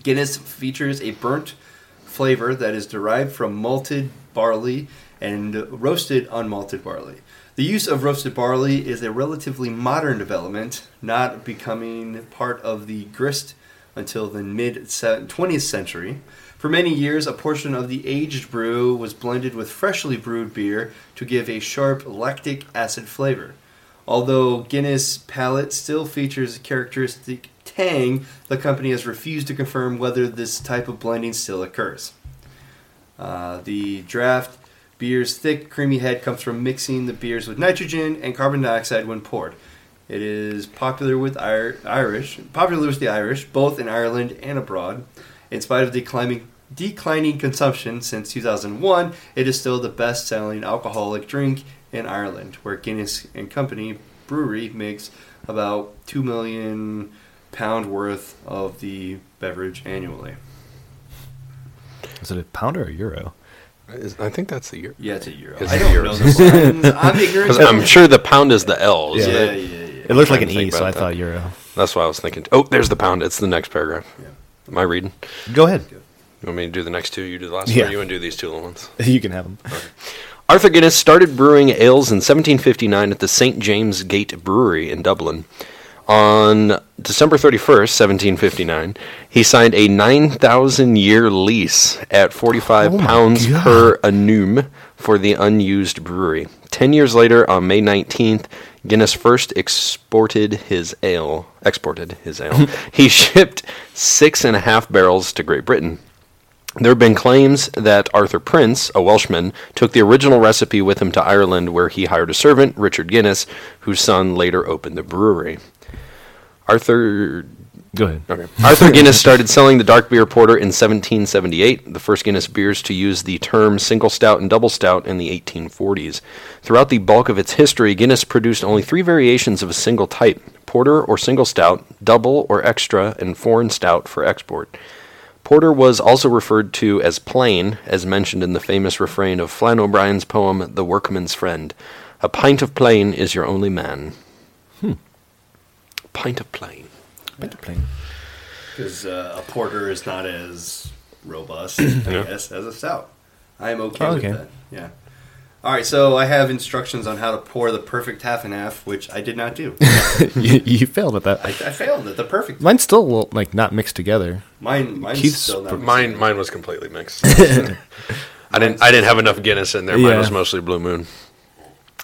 Guinness features a burnt flavor that is derived from malted barley and roasted unmalted barley. The use of roasted barley is a relatively modern development, not becoming part of the grist until the mid 20th century. For many years, a portion of the aged brew was blended with freshly brewed beer to give a sharp lactic acid flavor. Although Guinness palate still features a characteristic tang, the company has refused to confirm whether this type of blending still occurs. Uh, the draft beer's thick, creamy head comes from mixing the beers with nitrogen and carbon dioxide when poured. It is popular with Ir- Irish, popular with the Irish, both in Ireland and abroad. In spite of declining declining consumption since 2001, it is still the best-selling alcoholic drink in Ireland, where Guinness and Company Brewery makes about two million pound worth of the beverage annually. Is it a pound or a euro? Is- I think that's the year. Yeah, it's a euro. It's I a don't euro. know this. I'm, I'm ignorant. Because I'm sure the pound is the L. Yeah, isn't yeah, it? yeah. It looked trying like an to think E, so about I that. thought euro. That's why I was thinking. Oh, there's the pound. It's the next paragraph. Yeah. Am I reading? Go ahead. You want me to do the next two? You do the last Yeah. one. You want to do these two little ones? You can have them. Arthur Guinness started brewing ales in 1759 at the St. James Gate Brewery in Dublin. On December 31st, 1759, he signed a 9,000 year lease at 45 Oh my pounds God. per annum for the unused brewery. Ten years later, on May 19th, Guinness first exported his ale. Exported his ale. he shipped six and a half barrels to Great Britain. There have been claims that Arthur Prince, a Welshman, took the original recipe with him to Ireland, where he hired a servant, Richard Guinness, whose son later opened the brewery. Arthur Go ahead. Okay. Arthur Guinness started selling the dark beer porter in 1778, the first Guinness beers to use the term single stout and double stout in the 1840s. Throughout the bulk of its history, Guinness produced only three variations of a single type porter or single stout, double or extra, and foreign stout for export. Porter was also referred to as plain, as mentioned in the famous refrain of Flann O'Brien's poem The Workman's Friend. A pint of plain is your only man. Pint of plain. because uh, a porter is not as robust, I guess, as a stout. I am okay Oh, with okay. that. Yeah. All right, so I have instructions on how to pour the perfect half and half, which I did not do. I, you, you failed at that. I failed at the perfect. Mine's still a little, like not mixed together. Mine, mine's Keith's still not. Mine, mine was completely mixed. I didn't, I didn't have enough Guinness in there. Mine Yeah. was mostly Blue Moon,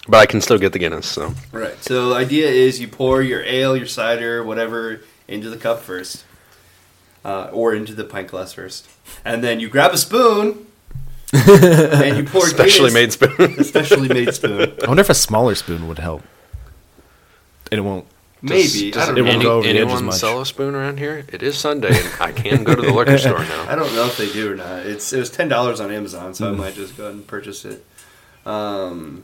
but I can still get the Guinness. So Right. So the idea is you pour your ale, your cider, whatever into the cup first, uh, or into the pint glass first, and then you grab a spoon and you pour specially Guinness- made spoon. specially made spoon. I wonder if a smaller spoon would help. And it won't. Maybe Does, I does don't know. won't any- go over the edge as anyone much. sell a spoon around here? It is Sunday, and I can go to the liquor store now. I don't know if they do or not. It's it was ten dollars on Amazon, Mm-hmm. so I might just go ahead and purchase it. Um,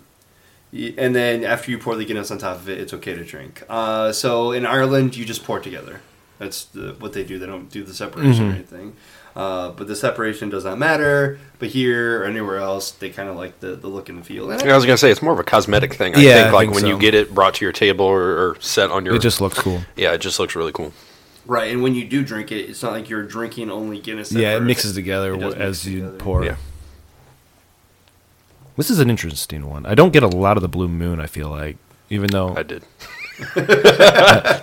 y- and then after you pour the Guinness on top of it, it's okay to drink. Uh, so in Ireland, you just pour it together. That's the, what they do. They don't do the separation Mm-hmm. or anything. Uh, but the separation does not matter. But here or anywhere else, they kind of like the, the look and feel. And I- Yeah, I was gonna say it's more of a cosmetic thing. I Yeah, think I like think when so. you get it brought to your table or, or set on your. It just looks cool. yeah, it just looks really cool. Right, and when you do drink it, it's not like you're drinking only Guinness. at yeah, it first. mixes together It does mix as you together. pour. Yeah. This is an interesting one. I don't get a lot of the blue moon. I feel like, even though, I did.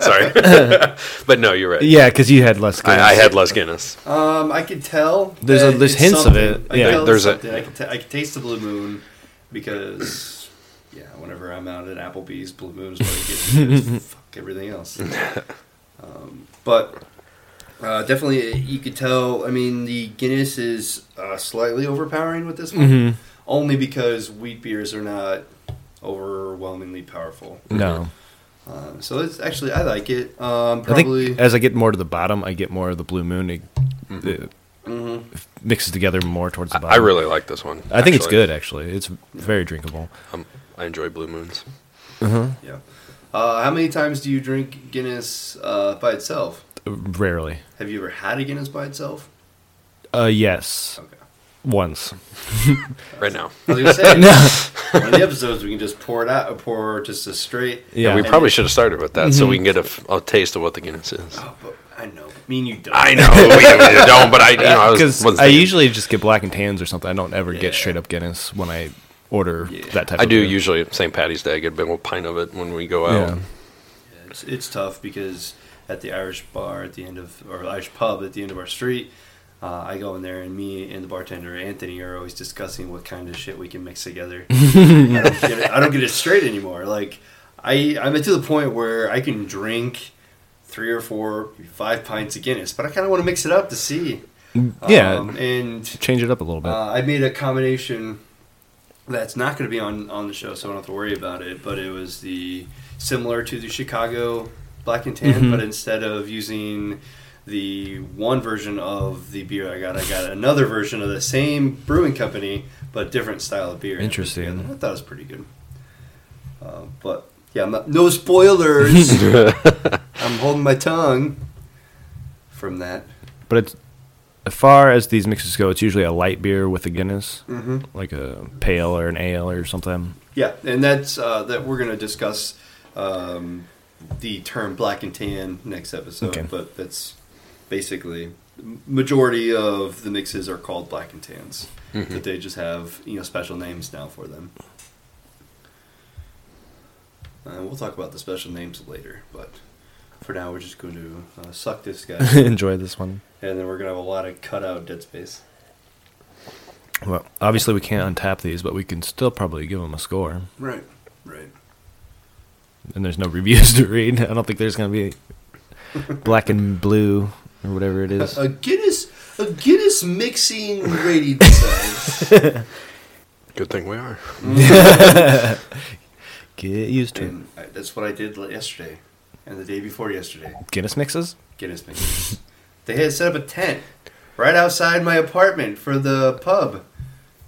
Sorry, but no, you're right. yeah, because you had less. I, I had less Guinness. Um, I could tell. There's a- that there's it's hints of something. it. I could Yeah. tell There's there's a- something. I could, t- I could taste the blue moon because yeah, whenever I'm out at Applebee's, blue moon is what I get. There's fuck everything else. Um, but uh, definitely, you could tell. I mean, the Guinness is uh, slightly overpowering with this one, Mm-hmm. only because wheat beers are not overwhelmingly powerful. no. Uh, so it's actually I like it. Um, I probably think as I get more to the bottom, I get more of the blue moon. It, it mixes together more towards the Mm-hmm. I, bottom. I really like this one. I think it's actually. good. Actually, it's very drinkable. Um, I enjoy Blue Moons. Yeah. Uh, how many times do you drink Guinness uh, by itself? Rarely. Have you ever had a Guinness by itself? Uh, yes, Okay. once. Right now, I was gonna say one of the episodes we can just pour it out, pour just a straight. Yeah. Mm-hmm. we And- probably should have started with that so we can get a, f- a taste of what the Guinness is. Oh, but I know. Me and you don't. I know we, we don't, but I, you know, I was. because was I thinking- usually just get black and tans or something. I don't ever Yeah. get straight up Guinness when I order that type. I of do beer. usually St. Patty's Day. I get a big old pint of it when we go Yeah. out. It's, it's tough because at the Irish bar at the end of or Irish pub at the end of our street, uh, I go in there and me and the bartender Anthony are always discussing what kind of shit we can mix together. I, don't get it, I don't get it straight anymore. Like I I'm to the point where I can drink three or four five pints of Guinness, but I kind of want to mix it up to see. Yeah. Um, and change it up a little bit. uh, I made a combination that's not going to be on, on the show, so I don't have to worry about it. But it was the similar to the Chicago Black and Tan, Mm-hmm. but instead of using the one version of the beer I got, I got another version of the same brewing company, but different style of beer. Interesting. And I thought it was pretty good. Uh, but yeah, I'm not- no spoilers. I'm holding my tongue from that. but it's, as far as these mixes go, it's usually a light beer with a Guinness, like a pale or an ale or something. Yeah, and that's uh, that we're going to discuss um, the term black and tan next episode. Okay. But that's basically majority of the mixes are called black and tans, but they just have you know special names now for them. Uh, we'll talk about the special names later, but for now we're just going to uh, suck this guy, and Enjoy this one. then we're going to have a lot of cut out dead space. Well, obviously we can't untap these, but we can still probably give them a score. Right, right. And there's no reviews to read. I don't think there's going to be black and blue or whatever it is. A Guinness, a Guinness mixing rating size. Good thing we are. Get used to it. And I, that's what I did li- yesterday and the day before yesterday. Guinness mixes. Guinness mixes. they had set up a tent right outside my apartment for the pub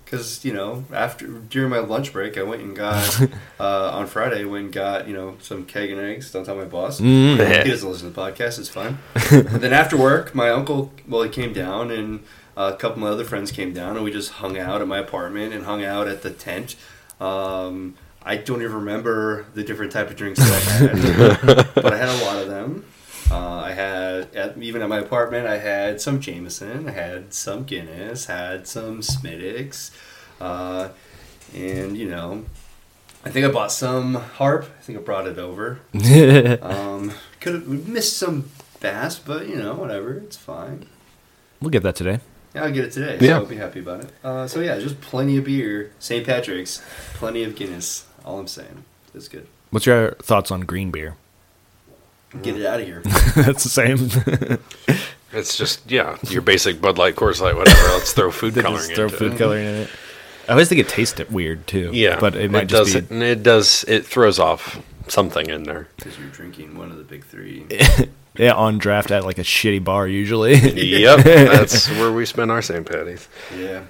because you know after during my lunch break, I went and got uh, on Friday went and got you know some keg and eggs. Don't tell my boss. Mm. Mm-hmm. He doesn't listen to the podcast. It's fine. and then after work, my uncle well he came down and uh, a couple of my other friends came down and we just hung out at my apartment and hung out at the tent. Um, I don't even remember the different type of drinks that I had, but I had a lot of them. Uh, I had at, even at my apartment. I had some Jameson, I had some Guinness, had some Smittix, uh, and you know, I think I bought some Harp. I think I brought it over. um, could have missed some Bass, but you know, whatever. It's fine. We'll get that today. Yeah, I'll get it today. Yeah. So I'll be happy about it. Uh, so yeah, just plenty of beer, St. Patrick's, plenty of Guinness. All I'm saying. It's good. What's your thoughts on green beer? Get it out of here. That's the same. It's just yeah, your basic Bud Light, Coors Light, whatever. Let's throw food coloring throw into food it. coloring in it. I always think it tastes weird too. Yeah, but it might just does, be. It, it does. It throws off something in there. Because you're drinking one of the big three. Yeah, on draft at like a shitty bar usually. yep, that's where we spend our St. Patty's. Yeah.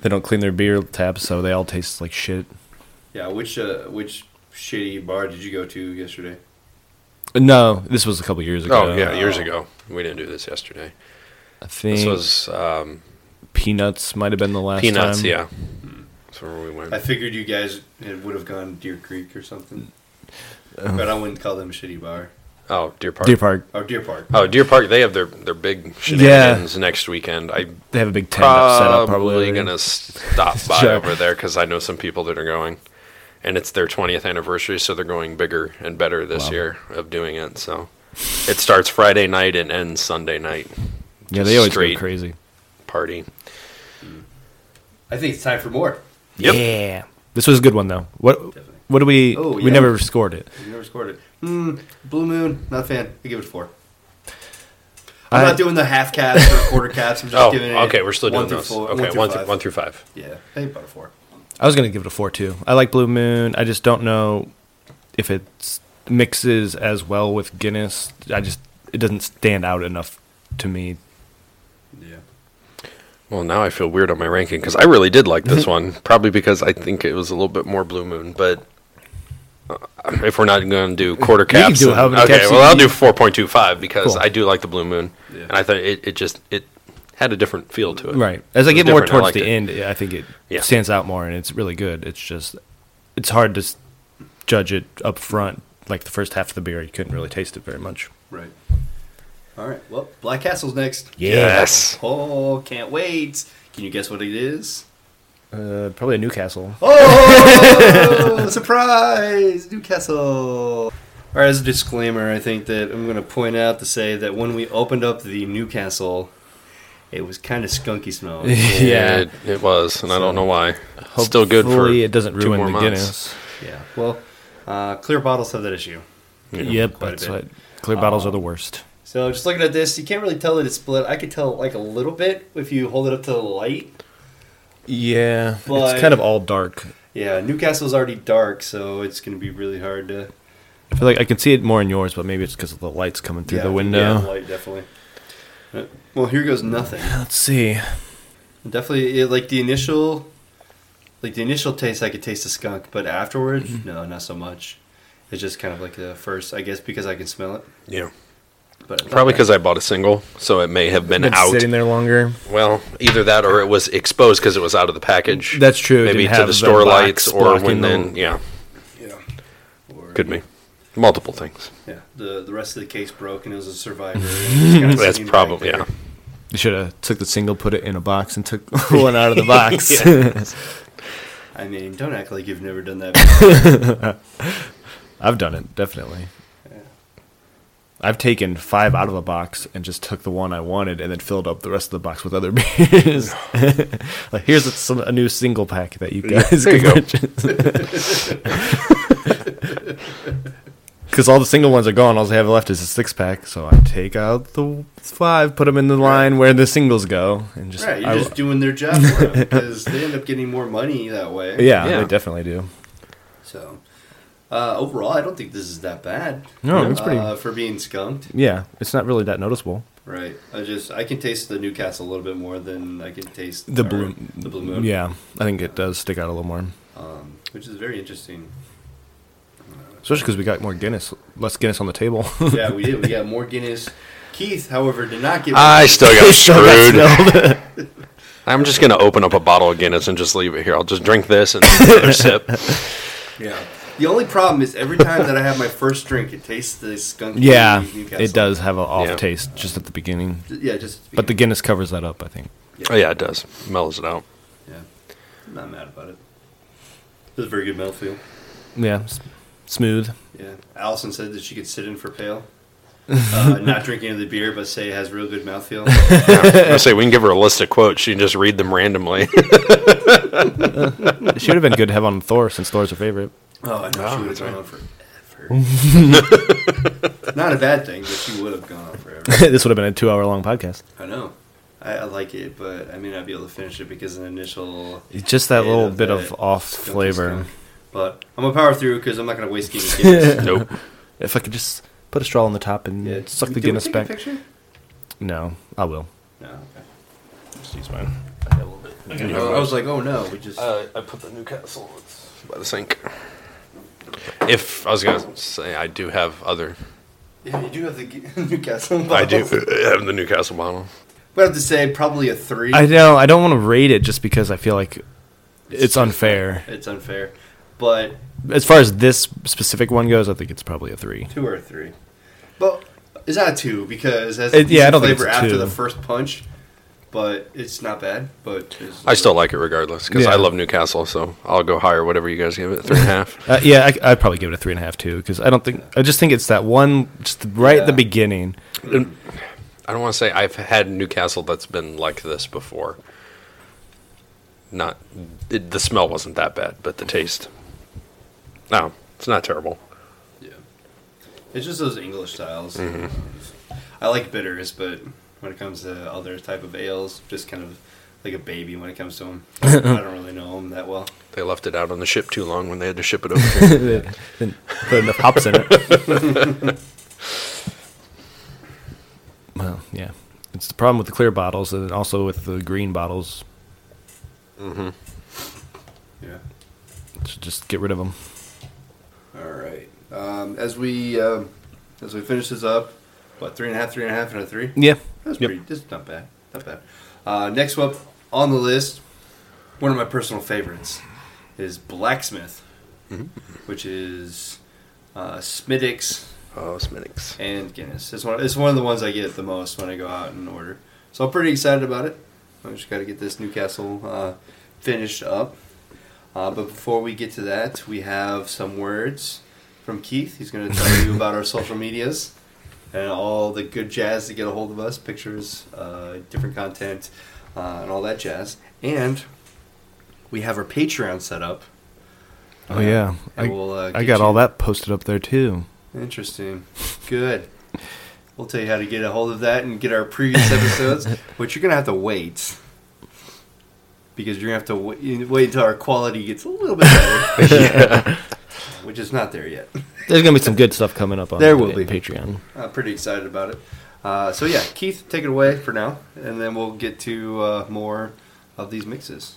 they don't clean their beer tabs, so they all taste like shit. Yeah, which uh, which shitty bar did you go to yesterday? No, this was a couple years ago. Oh yeah, years ago we didn't do this yesterday. I think This was um, peanuts might have been the last peanuts. time. Yeah, that's where we went. I figured you guys had- would have gone Deer Creek or something, but I wouldn't call them a shitty bar Oh, Deer Park. Deer Park. or Deer Park. Oh, Deer Park. They have their their big shenanigans next weekend. I They have a big tent up set up. probably Probably gonna stop by Sure. over there because I know some people that are going, and it's their 20th anniversary, so they're going bigger and better this year of doing it. So it starts Friday night and ends Sunday night Yeah, they always straight. go crazy. party. I think it's time for more. Yep. Yeah, this was a good one though. What? What do we? Oh, We yeah. never scored it. You never scored it. Hmm. Blue Moon, not a fan. I give it a four. I- I'm not doing the half caps or quarter caps. I'm just Oh, giving it. okay. We're still doing one through those. four- okay, one through, five. one through five. Yeah, I about a four. I was gonna give it a four too. I like Blue Moon. I just don't know if it mixes as well with Guinness. I just it doesn't stand out enough to me. Yeah. Well, now I feel weird on my ranking because I really did like this one. Probably because I think it was a little bit more Blue Moon. But uh, if we're not going to do quarter can caps, do then- how many okay. caps well, you I'll need. do four point two five because Cool. I do like the Blue Moon, Yeah. and I thought it, it just it had a different feel to it. Right. As It I was get more different. I towards liked the it. end, I think it Yeah. stands out more and it's really good. It's just it's hard to s- judge it up front. Like the first half of the beer, you couldn't really taste it very much. Right. All right. Well, Black Castle's next. Yes. Oh, can't wait. Can you guess what it is? Uh, probably a Newcastle. Oh, surprise! Newcastle. All right, as a disclaimer, I think that I'm going to point out to say that when we opened up the Newcastle, it was kind of skunky smelling. Yeah. It, it was, and I don't know why. Still good for Hopefully it doesn't two ruin more the months. Guinness. yeah. Well, uh, clear bottles have that issue. yep, quite a that's bit. what clear bottles Uh, are the worst. So just looking at this, you can't really tell that it's split. I could tell like a little bit if you hold it up to the light. Yeah, But- it's kind of all dark. Yeah, Newcastle's already dark, so it's going to be really hard to. I feel like I can see it more in yours, but maybe it's because of the lights coming through yeah, the Yeah, window. light definitely. Uh, Well, here goes nothing. Let's see. Definitely, it, like the initial, like the initial taste, I could taste the skunk, but afterwards, Mm-hmm. no, not so much. It's just kind of like the first, I guess, because I can smell it. Yeah. But Probably because I bought a single, so it may have been, Been out. sitting there longer. Well, either that or it was exposed because it was out of the package. That's true, it Maybe didn't to have the the store box lights or when blocking then, the- yeah, yeah, or, could be. Multiple things. Yeah, the the rest of the case broke, and it was a survivor. and it's kinda That's sitting back probably, there. yeah. You should have took the single, put it in a box, and took one out of the box. I mean, don't act like you've never done that. before. I've done it definitely. I've taken five out of a box and just took the one I wanted, and then filled up the rest of the box with other beers. like here's a, some, a new single pack that you guys there can you go. Because all the single ones are gone, all I have left is a six pack. So I take out the five, put them in the line where the singles go, and just, right, you're I- just doing their job for them because they end up getting more money that way. yeah, Yeah. they definitely do. So uh, overall, I don't think this is that bad. No, it's pretty- uh, for being skunked. Yeah, it's not really that noticeable. Right. I just I can taste the Newcastle a little bit more than I can taste The or blue, the blue moon. Yeah, I think it does stick out a little more, Um, which is very interesting. especially because we got more Guinness, less Guinness on the table. Yeah, we did. We got more Guinness. Keith, however, did not get. I still got Still got screwed. spilled. I'm just gonna open up a bottle of Guinness and just leave it here. I'll just drink this and take another sip. Yeah. The only problem is every time that I have my first drink, it tastes the skunk. yeah, Newcastle. it does have an off Yeah. taste just at the beginning, Yeah, just but the Guinness covers that up, I think. Oh yeah, it does. Mellows it out. yeah, I'm not mad about it. It was a very good mouthfeel. Yeah, s- smooth. Yeah, Allison said that she could sit in for pale, uh, not drink any of the beer, but say it has real good mouthfeel. Yeah. I say we can give her a list of quotes. She can just read them randomly. It should have been good to have on Thor since Thor's her favorite. Oh, I know Oh, Ah, she would have that's gone right. on forever. not a bad thing, but she would have gone on forever. this would have been a two-hour-long podcast. I know. I, I like it, but I may not be able to finish it because an initial It's Just that Yeah, little that bit of off skunk flavor. skunk. But I'm gonna power through because I'm not gonna waste Guinness. Guinness. nope. If I could just put a straw on the top and Yeah, suck the did we Guinness take a back. picture? No, I will. No. okay. Just use mine. I was like, oh no, we just. Uh, Uh, I put the Newcastle by the sink. If I was gonna say, I do have other. yeah, you do have the Gu- Newcastle. I do bottles. have the Newcastle bottle. But I have to say, probably a three. I know. I don't want to rate it just because I feel like it's unfair. It's unfair, but As far as this specific one goes, I think it's probably a three. two or a three. But it's not a two because it has It- yeah, I don't think flavor it's a after two. the first punch. But it's not bad. But it's- I still like it regardless because Yeah. I love Newcastle, so I'll go higher. Whatever you guys give it, three and a half. Uh, yeah, I, I'd probably give it a three and a half too because I don't think I just think it's that one just right at the Yeah. beginning. I don't want to say I've had Newcastle that's been like this before. Not it, the smell wasn't that bad, but the taste. No, it's not terrible. Yeah. It's just those English styles. Mm-hmm. I like bitters, but when it comes to other type of ales, just kind of like a baby when it comes to them. I don't really know them that well. They left it out on the ship too long when they had to ship it over. here. Then put enough hops in it. well, yeah, it's the problem with the clear bottles and also with the green bottles. Yeah. Should just get rid of them. All right. Um, as we um, as we finish this up, what three and a half, three and a half, and a three. Yeah, That's Yep. pretty. That's not bad. Not bad. Uh, next up on the list, one of my personal favorites is Blacksmith, which is uh, Smittix oh, Smittix. and Guinness. It's one. It's one of the ones I get the most when I go out and order. So I'm pretty excited about it. I just got to get this Newcastle uh, finished up. Uh, but before we get to that, we have some words from Keith. He's going to tell you about our social medias and all the good jazz to get a hold of us, pictures, uh, different content, uh, and all that jazz. And we have our Patreon set up. Oh, yeah. and I- we'll, uh, I get got all you- that posted up there too. Interesting. Good. We'll tell you how to get a hold of that and get our previous episodes, but you're going to have to wait. Because you're going to have to wait, wait until our quality gets a little bit better. Which is not there yet. There's gonna be some good stuff coming up on There will be. Patreon. I'm pretty excited about it. Uh, so, yeah, Keith, take it away for now, and then we'll get to uh, more of these mixes.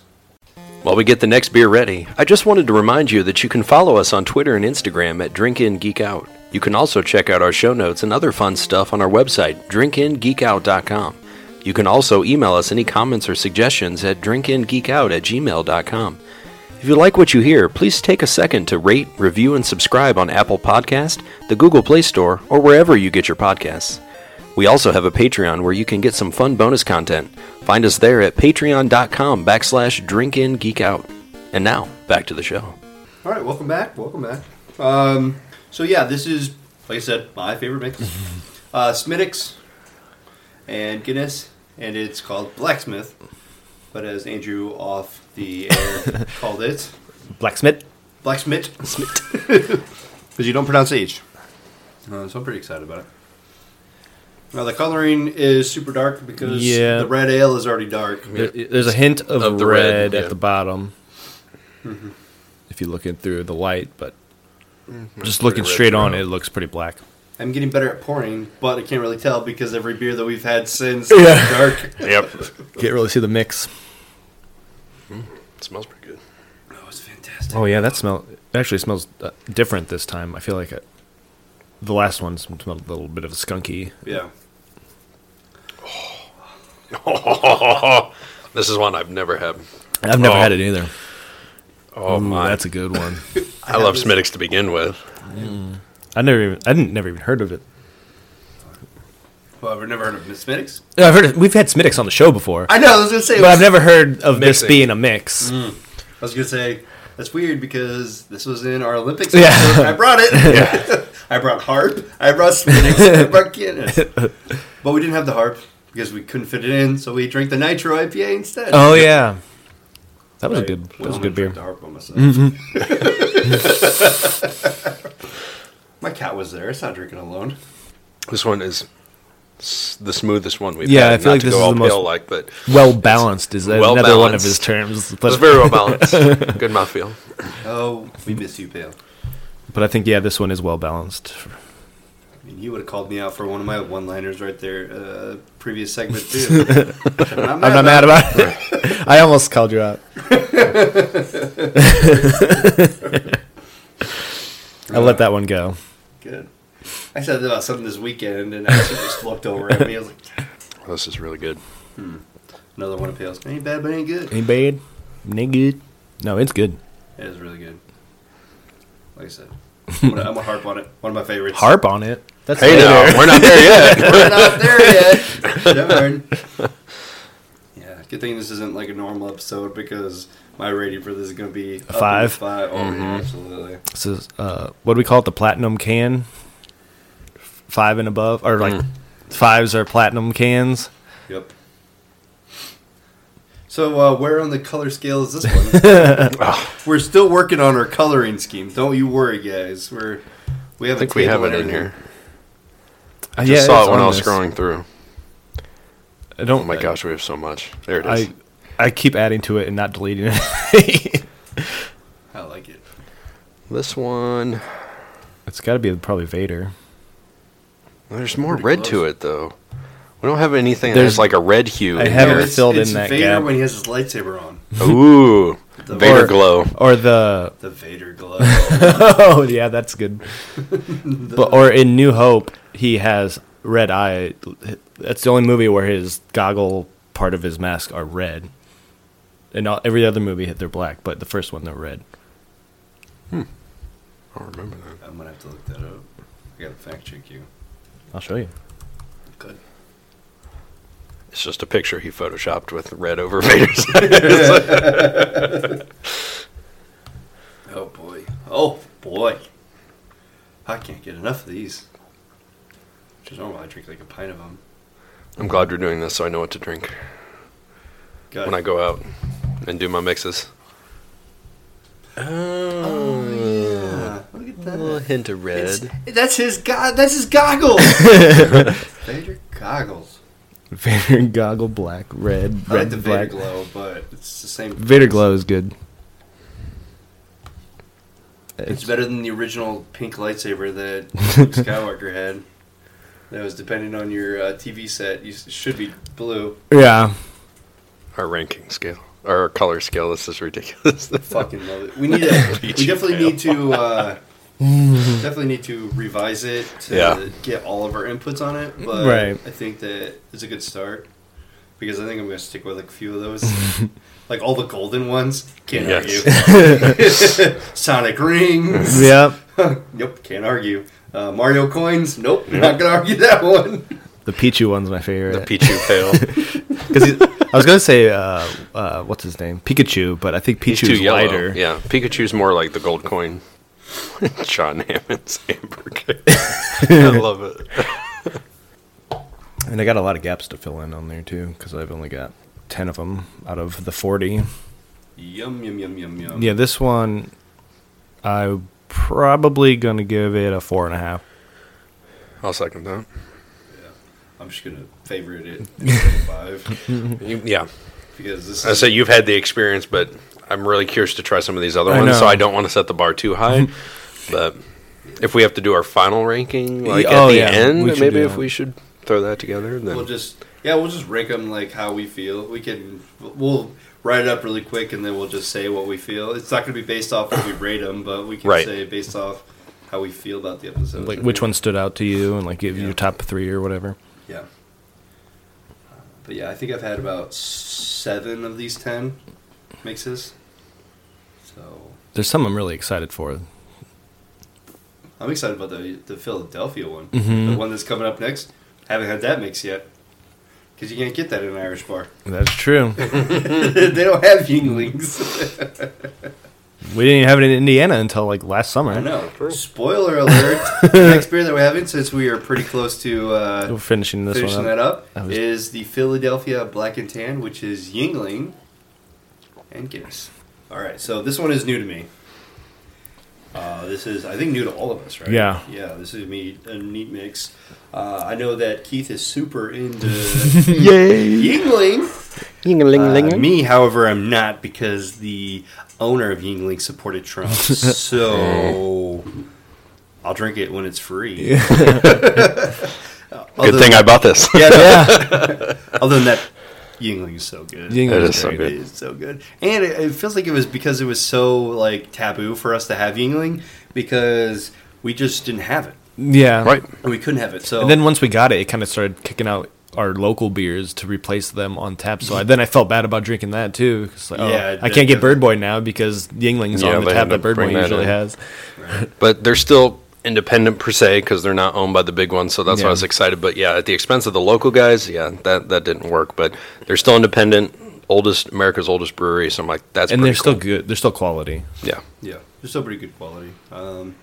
While we get the next beer ready, I just wanted to remind you that you can follow us on Twitter and Instagram at DrinkInGeekOut. You can also check out our show notes and other fun stuff on our website, drinkingeekout.com. You can also email us any comments or suggestions at drinkingeekout at gmail.com. If you like what you hear, please take a second to rate, review, and subscribe on Apple Podcast, the Google Play Store, or wherever you get your podcasts. We also have a Patreon where you can get some fun bonus content. Find us there at patreon.com backslash drinkingeekout. And now, back to the show. All right, welcome back. Welcome back. Um, so yeah, this is like I said, my favorite mix, uh, Smittix and Guinness, and it's called Blacksmith. But as Andrew off the air called it, Blacksmith. Blacksmith. Because you don't pronounce H. Uh, so I'm pretty excited about it. Now the coloring is super dark because Yeah. the red ale is already dark. There, there's a hint of, Of the red, red, at yeah. the bottom. Mm-hmm. If you look in through the light, but just looking red straight Mm-hmm. on, throughout. it looks pretty black. I'm getting better at pouring, but I can't really tell because every beer that we've had since Yeah. is dark. Yep. Can't really see the mix. it smells pretty good. Oh, it's fantastic. Oh yeah, that smell it actually smells uh, different this time. I feel like it, the last one smelled a little bit of a skunky. Yeah. This is one I've never had. I've never Oh. had it either. Oh Ooh, my! Mm, that's a good one. I love Smittix to begin with. I never even I didn't never even heard of it. Well, I've never heard of Miss Minix. Yeah, I've heard of, we've had Smittix on the show before, I know. I was gonna say. but I've never heard of Mixing. Mm. this being a mix. I was gonna say that's weird because this was in our Olympics. Yeah. episode. I brought it. I brought harp. I brought Spinix. I brought Guinness. But we didn't have the harp because we couldn't fit it in, so we drank the Nitro IPA instead. Oh yeah, that was a good that Well, was a I'm good gonna drink beer. Mm-hmm. The harp by myself. My cat was there. It's not drinking alone. This one is s- the smoothest one we've Yeah, had. I feel Not like to this go is all the most- pale like, but Well balanced is Well another one of balanced. his terms, it's but very well balanced. good mouthfeel. Oh, we miss you, Pale. but I think yeah, this one is well balanced. I mean, you would have called me out for one of my one-liners right there, uh, previous segment too. Which I'm not mad, I'm not about. mad about it. I almost called you out. I let that one go. Good. I said about something this weekend, and Ashton just looked over at me. I was like, This is really good. another one of Pale's. Ain't bad, but ain't good. Any bad? Any good? No, it's good. It is really good. Like I said, I'm gonna, I'm gonna harp on it. One of my favorites. Harp on it. That's Hey, now we're not there yet. We're not there yet. Darn. Yeah, good thing this isn't like a normal episode because my rating for this is gonna be up in the five? Mm-hmm. Five. Oh, yeah, absolutely. This is, uh, what do we call it? The platinum can? Five and above? Or Mm. like fives are platinum cans? Yep. So, uh, where on the color scale is this one? We're still working on our coloring scheme. Don't you worry, guys. We're we have I a think we have table it and in everything. here. I just saw it when I was scrolling through. I don't, Oh my gosh, we have so much. There it is. I, I keep adding to it and not deleting it. I like it. this one. it's got to be probably Vader. There's more Pretty red close. to it though. We don't have anything that's There's- like a red hue. I in haven't there. it's, filled in it's that Vader gap. when he has his lightsaber on. Ooh, The Vader Or- glow. Or the The Vader glove. Oh yeah, that's good. but or in New Hope, he has red eye. That's the only movie where his goggle part of his mask are red. And all, every other movie, they're black, but the first one they're red. I don't remember that. I'm gonna have to look that up. I gotta fact check you. I'll show you. Good. It's just a picture he photoshopped with red over Vader's. head. Oh boy. Oh boy. I can't get enough of these. Which is normal. I drink like a pint of them. I'm glad we're doing this, so I know what to drink Good. when I go out and do my mixes. Ah, look at that. hint of red. That's his go- That's his goggles. Vader goggles. Vader goggle black, red, I red, like the Vader black. glow, but it's the same. Vader glow is good. It's better than the original pink lightsaber that Luke Skywalker had. That was depending on your uh, TV set. You s- should be blue. Yeah, Our ranking scale, our color scale. This is ridiculous. Fucking love it. We need to. we Legion definitely Pale. need to. Uh, definitely need to revise it to Yeah. get all of our inputs on it. But Right. I think that it's a good start because I think I'm going to stick with like a few of those, like all the golden ones. Can't argue. Sonic rings. yeah. Nope. Can't argue. Uh, Mario coins. Nope. Not going to argue that one. The Pichu one's my the favorite. Pichu pale. Because I was gonna say, uh, uh, what's his name, Pikachu, but I think He's Pichu's yellow. lighter. Yeah, Pikachu's more like the gold coin. John Hammond's hamburger. I love it. And I got a lot of gaps to fill in on there too, because I've only got ten of them out of the forty. Yum yum yum yum yum. Yeah, this one, I'm probably gonna give it a four and a half. I'll second that. I'm just going to favorite it. instead of Five You- yeah, because this I is say you've had the experience, but I'm really curious to try some of these other I ones. So know. I don't want to set the bar too high. but If we have to do our final ranking, like at oh, the yeah, end, we should maybe do if that. we should throw that together. Then We'll just yeah, we'll just rank them like how we feel. We can we'll write it up really quick and then we'll just say what we feel. It's not going to be based off what we rate them, but we can Right. say based off how we feel about the episode. Like which one stood out to you, and like give your top three or whatever. Yeah. But yeah, I think I've had about seven of these ten mixes. So There's some I'm really excited for. I'm excited about the the Philadelphia one, Mm-hmm. the one that's coming up next. Haven't had that mix yet because you can't get that in an Irish bar. That's true. they don't have Yinglings. we didn't have it in Indiana until like last summer. I know. Spoiler alert: the next beer that we're having, since we are pretty close to We're uh, finishing this finishing one that up. up, That was- is the Philadelphia Black and Tan, which is Yingling and Guinness. All right, so this one is new to me. Uh, this is, I think, new to all of us, right? Yeah. Yeah, this is me a neat mix. Uh, I know that Keith is super into yay! Yingling. Uh, Yingling me, however, I'm not because the owner of Yingling supported Trump. so I'll drink it when it's free. Good thing I bought this. Yeah. yeah. Other than that, Yingling is so good. Yingling That is is so It great. good. is so good. And it, it feels like it was because it was so like taboo for us to have Yingling because we just didn't have it Yeah. right. and we couldn't have it. So And then once we got it, it kind of started kicking out our local beers to replace them on tap. So I, then I felt bad about drinking that too. 'cause, like, oh, Yeah, I can't get that- Bird Boy now because Yingling's Yeah, on the they tap had to that Bird Boy bring that usually in. has. but they're still independent per se because they're not owned by the big ones. So that's why I was Yeah. excited. But yeah, at the expense of the local guys, yeah, that that didn't work. But they're still independent. Oldest America's oldest brewery. So I'm like, that's and they're pretty still cool. good. They're still quality. yeah. yeah, they're still pretty good quality. Um,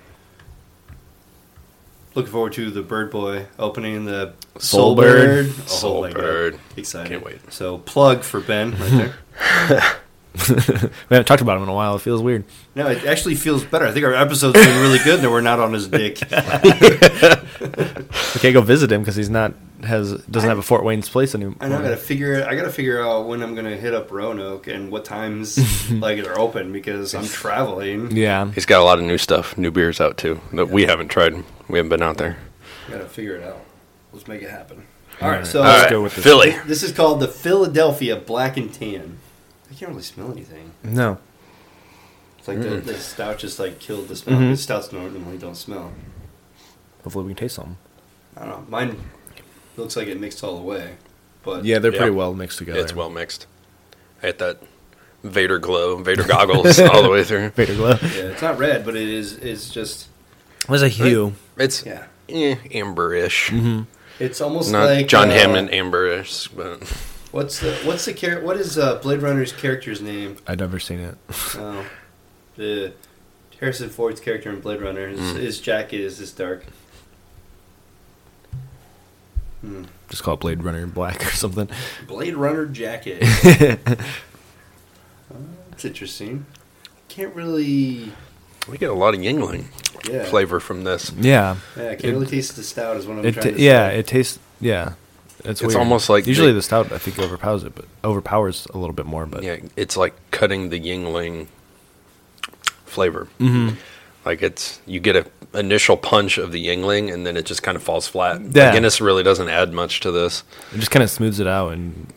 looking forward to the Bird Boy opening the Soul Bird. Bird. Oh Soul my God. Bird. Excited. Can't wait. So plug for Ben right there. We haven't talked about them in a while. It feels weird. No, it actually feels better. I think our episode's been really good and we're not on his dick. We can't go visit him because he's not has doesn't have a Fort Wayne's place anymore. I know I gotta figure it- I gotta figure out when I'm gonna hit up Roanoke and what times like they're open because I'm traveling. Yeah. He's got a lot of new stuff, new beers out too that we haven't tried. We haven't been out there. gotta figure it out. Let's make it happen. Alright, so All right, go with this. Philly. this is called the Philadelphia Black and Tan. I can't really smell anything. No. It's like the, the stout just like killed the smell. The stouts normally don't smell. Hopefully we can taste something. I don't know. Mine looks like it mixed all the way. But Yeah, they're Yeah. pretty well mixed together. It's well mixed. I had that Vader glow, Vader goggles all the way through. Vader glow. yeah, it's not red, but it is it's just There's a hue. It's yeah. eh, amberish, It's almost not like John uh, Hammond amberish, but What's the what's the char- what is uh, Blade Runner's character's name? I've never seen it. Oh, the Harrison Ford's character in Blade Runner. His, his jacket is this dark. Just call it Blade Runner Black or something. Blade Runner jacket. Uh, That's interesting. Can't really. we get a lot of Yingling Yeah. flavor from this. Yeah. Yeah, I can't really taste the stout. Is what I'm It trying to ta- yeah, say. it tastes yeah. It's, weird. almost like usually the- the, stout I think overpowers it, but overpowers a little bit more. But Yeah, it's like cutting the Yingling flavor. Like it's you get a initial punch of the Yingling, and then it just kind of falls flat. Yeah. Guinness really doesn't add much to this. it just kind of smooths it out and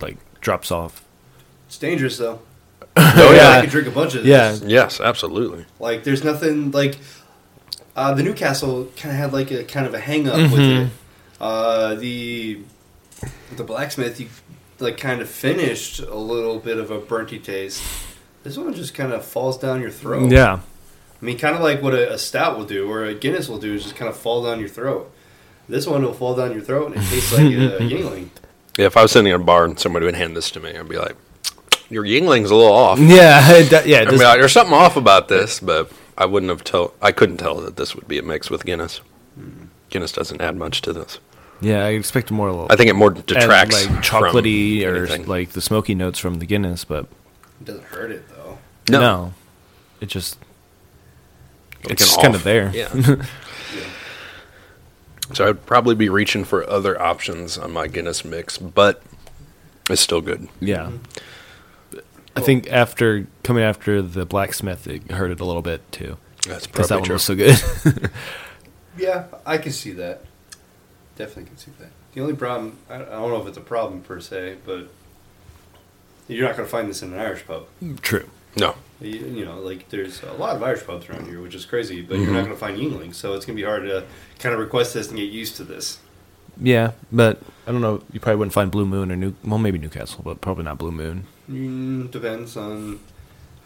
like drops off. It's dangerous though. Oh I could drink a bunch of this. Yeah. Yes, absolutely. Like there's nothing like uh, the Newcastle kind of had like a kind of a hang up with Mm-hmm. it. Uh, the the blacksmith you like kind of finished a little bit of a burnty taste. This one just kind of falls down your Oh. throat. yeah, I mean, kind of like what a, a stout will do or a Guinness will do is just kind of fall down your throat. This one will fall down your throat and it tastes like a Yingling. Yeah, if I was sitting in a bar and somebody would hand this to me, I'd be like, "Your Yingling's a little Mm, off." yeah, it do- yeah. It I'd be does, like, "There's something off about this," but I wouldn't have tell. I couldn't tell that this would be a mix with Guinness. Guinness doesn't add much to this. yeah, I expect more. Little, I think it more detracts like from chocolatey or anything. like the smoky notes from the Guinness, but It doesn't hurt it though. no, No. it just Like it's an just kind off. of there. Yeah. so I'd probably be reaching for other options on my Guinness mix, but it's still good. Yeah. I think after coming after the blacksmith, it hurt it a little bit too. That's because that probably one true. was so good. Yeah, I can see that. Definitely can see that. The only problem, I I don't know if it's a problem per se, but you're not going to find this in an Irish pub. True. No. You, you know, like there's a lot of Irish pubs around here, which is crazy, but you're not going to find Yingling, so it's going to be hard to kind of request this and get used to this. Yeah, but I don't know. You probably wouldn't find Blue Moon or New. Well, maybe Newcastle, but probably not Blue Moon. Mm, depends on,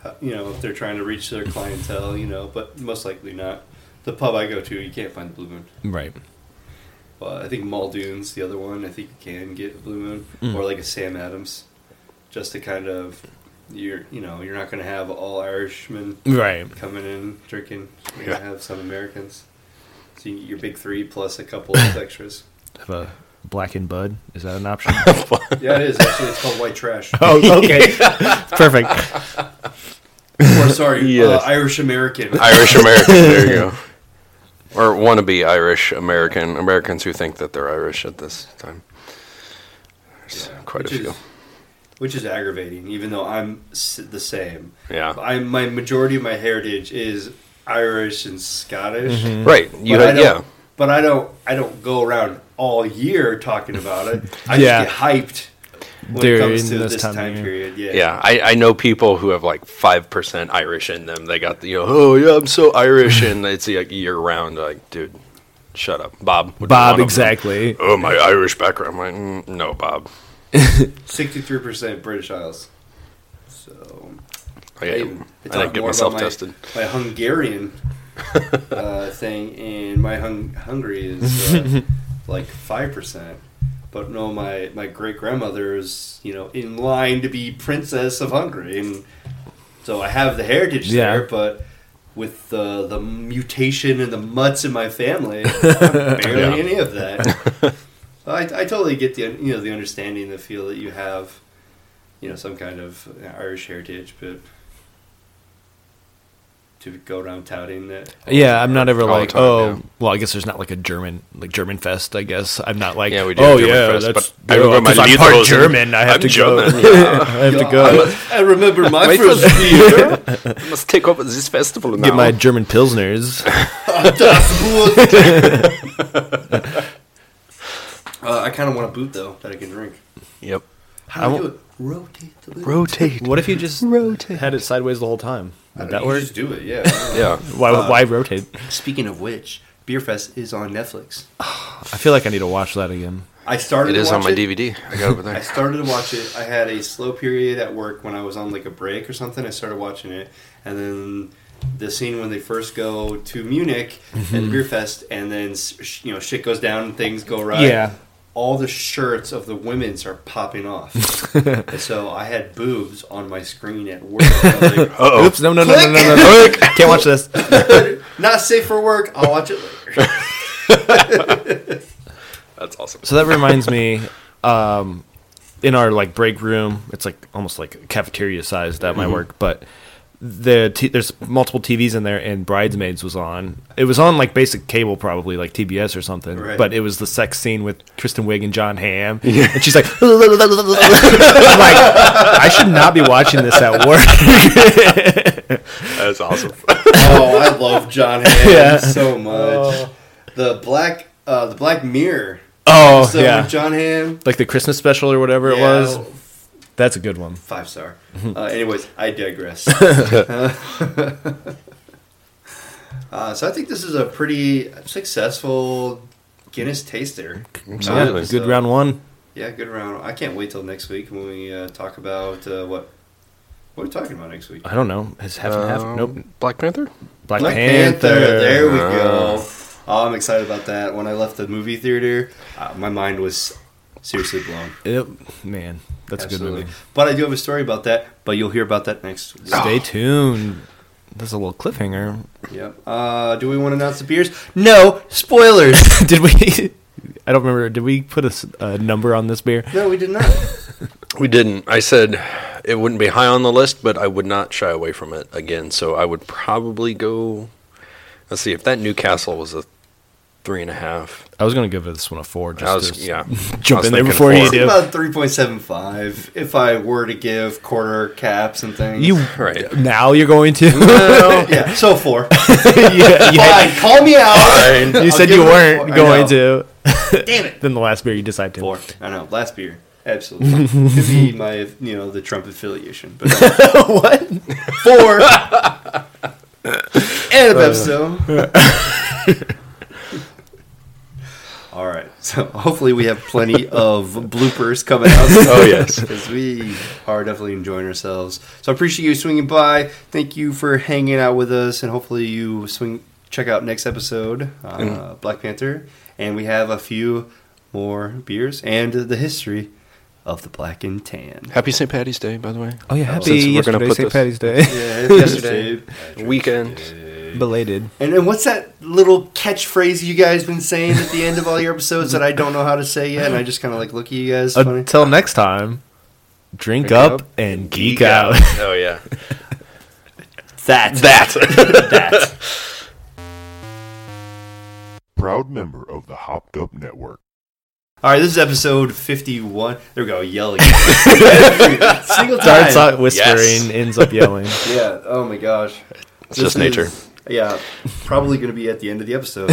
how, you know, if they're trying to reach their clientele, you know, but most likely not. The pub I go to, you can't find the Blue Moon. Right. But I think Muldoon's the other one. I think you can get a Blue Moon Mm. or like a Sam Adams, just to kind of you're you know you're not going to have all Irishmen Right. coming in drinking. You're going to Yeah. have some Americans. So you get your big three plus a couple of extras. Have a Black and Bud. Is that an option? Yeah, it is actually. It's called White Trash. oh, okay. Perfect. Or sorry, Yes. uh, Irish American. Irish American. there you go. Or wannabe Irish American Americans who think that they're Irish at this time. There's quite a which few. Is, which is aggravating, even though I'm s- the same. Yeah. I my majority of my heritage is Irish and Scottish. Right. You but I had, don't, yeah. But I don't. I don't go around all year talking about it. I Yeah. just get hyped when it During comes to this this, time time, of year. period. Yeah. Yeah, I, I know people who have like five percent Irish in them. They got the you know, oh yeah, I'm so Irish, and it's like year round. Like, dude, shut up, Bob. would be one Bob, of them. exactly. Oh, my Irish background. I'm like, "Mm, no, Bob. Sixty-three percent British Isles. So I, I, I, even- I didn't talk get more myself about my, tested. My Hungarian uh, thing and my hung- Hungary is uh, like five percent. But no, my my great grandmother is you know in line to be princess of Hungary, and so I have the heritage Yeah. there. But with the the mutation and the mutts in my family, barely Yeah. any of that. I, I totally get the you know the understanding the feel that you have you know some kind of Irish heritage, but to go around touting that Yeah, I'm not ever All the like, time, oh, yeah. well, I guess there's not like a German, like German fest. I guess I'm not like, Yeah, we do oh have German yeah, fest, that's but I oh, remember my 'cause I'm part Lederhosen. German. I have I'm to go. German. Yeah, I have to go I remember my My first first beer. I must take over this festival now. get my German pilsners. uh, Uh, I kind of want a boot though that I can drink. yep. How do you do it? Rotate the lid. Rotate. what if you just rotate had it sideways the whole time? Would that You work? Just do it, yeah. Yeah. Why, why rotate? Speaking of which, Beer Fest is on Netflix. I feel like I need to watch that again. I started. It to is on watch my it. DVD. I got it over I there. started to watch it. I had a slow period at work when I was on like a break or something. I started watching it, and then the scene when they first go to Munich at the beer fest, and then s- sh- you know shit goes down and things go right. Yeah. All the shirts of the women's are popping off. And so I had boobs on my screen at work. I was like, Uh-oh. Oops! No! No! No! No! No! no. Can't watch this. Not safe for work. I'll watch it later. That's awesome. So that reminds me, um, in our like break room, it's like almost like cafeteria sized at my Mm-hmm. work, but the t- there's multiple TVs in there, and Bridesmaids was on. It was on like basic cable, probably like TBS or something. Right. But it was the sex scene with Kristen Wiig and John Hamm, and she's like, I'm like, I should not be watching this at work. That's awesome. oh, I love John Hamm so much. The black, uh, the Black Mirror. oh So yeah, John Hamm. like the Christmas special or whatever it Yeah, was. That's a good one. Five star. Uh, anyways, I digress. uh, so I think this is a pretty successful Guinness taster. Yeah, Uh, good so- round one. Yeah, good round. I can't wait till next week when we uh, talk about uh, what what are we talking about next week? I don't know. Is half and half? Nope. Um, Black Panther? Black, Black Panther. Panther. There we go. Oh, I'm excited about that. When I left the movie theater, uh, my mind was seriously blown. Yep. Man, that's a good movie. But I do have a story about that. But you'll hear about that next. week. Ah. Stay tuned. That's a little cliffhanger. Yep. Uh, do we want to announce the beers? No spoilers. did we? I don't remember. Did we put a, s- a number on this beer? no, we did not. We didn't. I said it wouldn't be high on the list, but I would not shy away from it again. So I would probably go. Let's see if that Newcastle was a three and a half. I was gonna give this one a four. Just I was, to- yeah. jump I was in there thinking before you four. do. About three point seven five. If I were to give quarter caps and things, You Right. now you're going to. yeah, so four. yeah, you, had- Fine, call me out. you I'll said give you it a weren't four. I going know. to. Damn it. Then the last beer you decided to. Four. I know. Last beer. Absolutely. Could be my, you know, the Trump affiliation. But what? Four. and a Pepsi. All right. So hopefully we have plenty of bloopers coming out. Oh, yes. because we are definitely enjoying ourselves. So I appreciate you swinging by. Thank you for hanging out with us, and hopefully you swing check out next episode, uh, Black Panther, and we have a few more beers and the history of the black and tan. Happy St. Patty's Day, by the way. Oh yeah, Since happy we're gonna yesterday, put St. this- Patty's Day. Yeah, yesterday. Weekend. Belated. And, and what's that little catchphrase you guys been saying at the end of all your episodes that I don't know how to say yet, and I just kind of like look at you guys. Funny. Until next time, drink, up, and geek, out. Oh, yeah. that Proud member of the Hopped Up Network. All right, this is episode 51. There we go, yelling. Every single time. Starts out whispering, Yes. ends up yelling. Yeah, oh my gosh. It's just This nature. is- yeah, probably going to be at the end of the episode.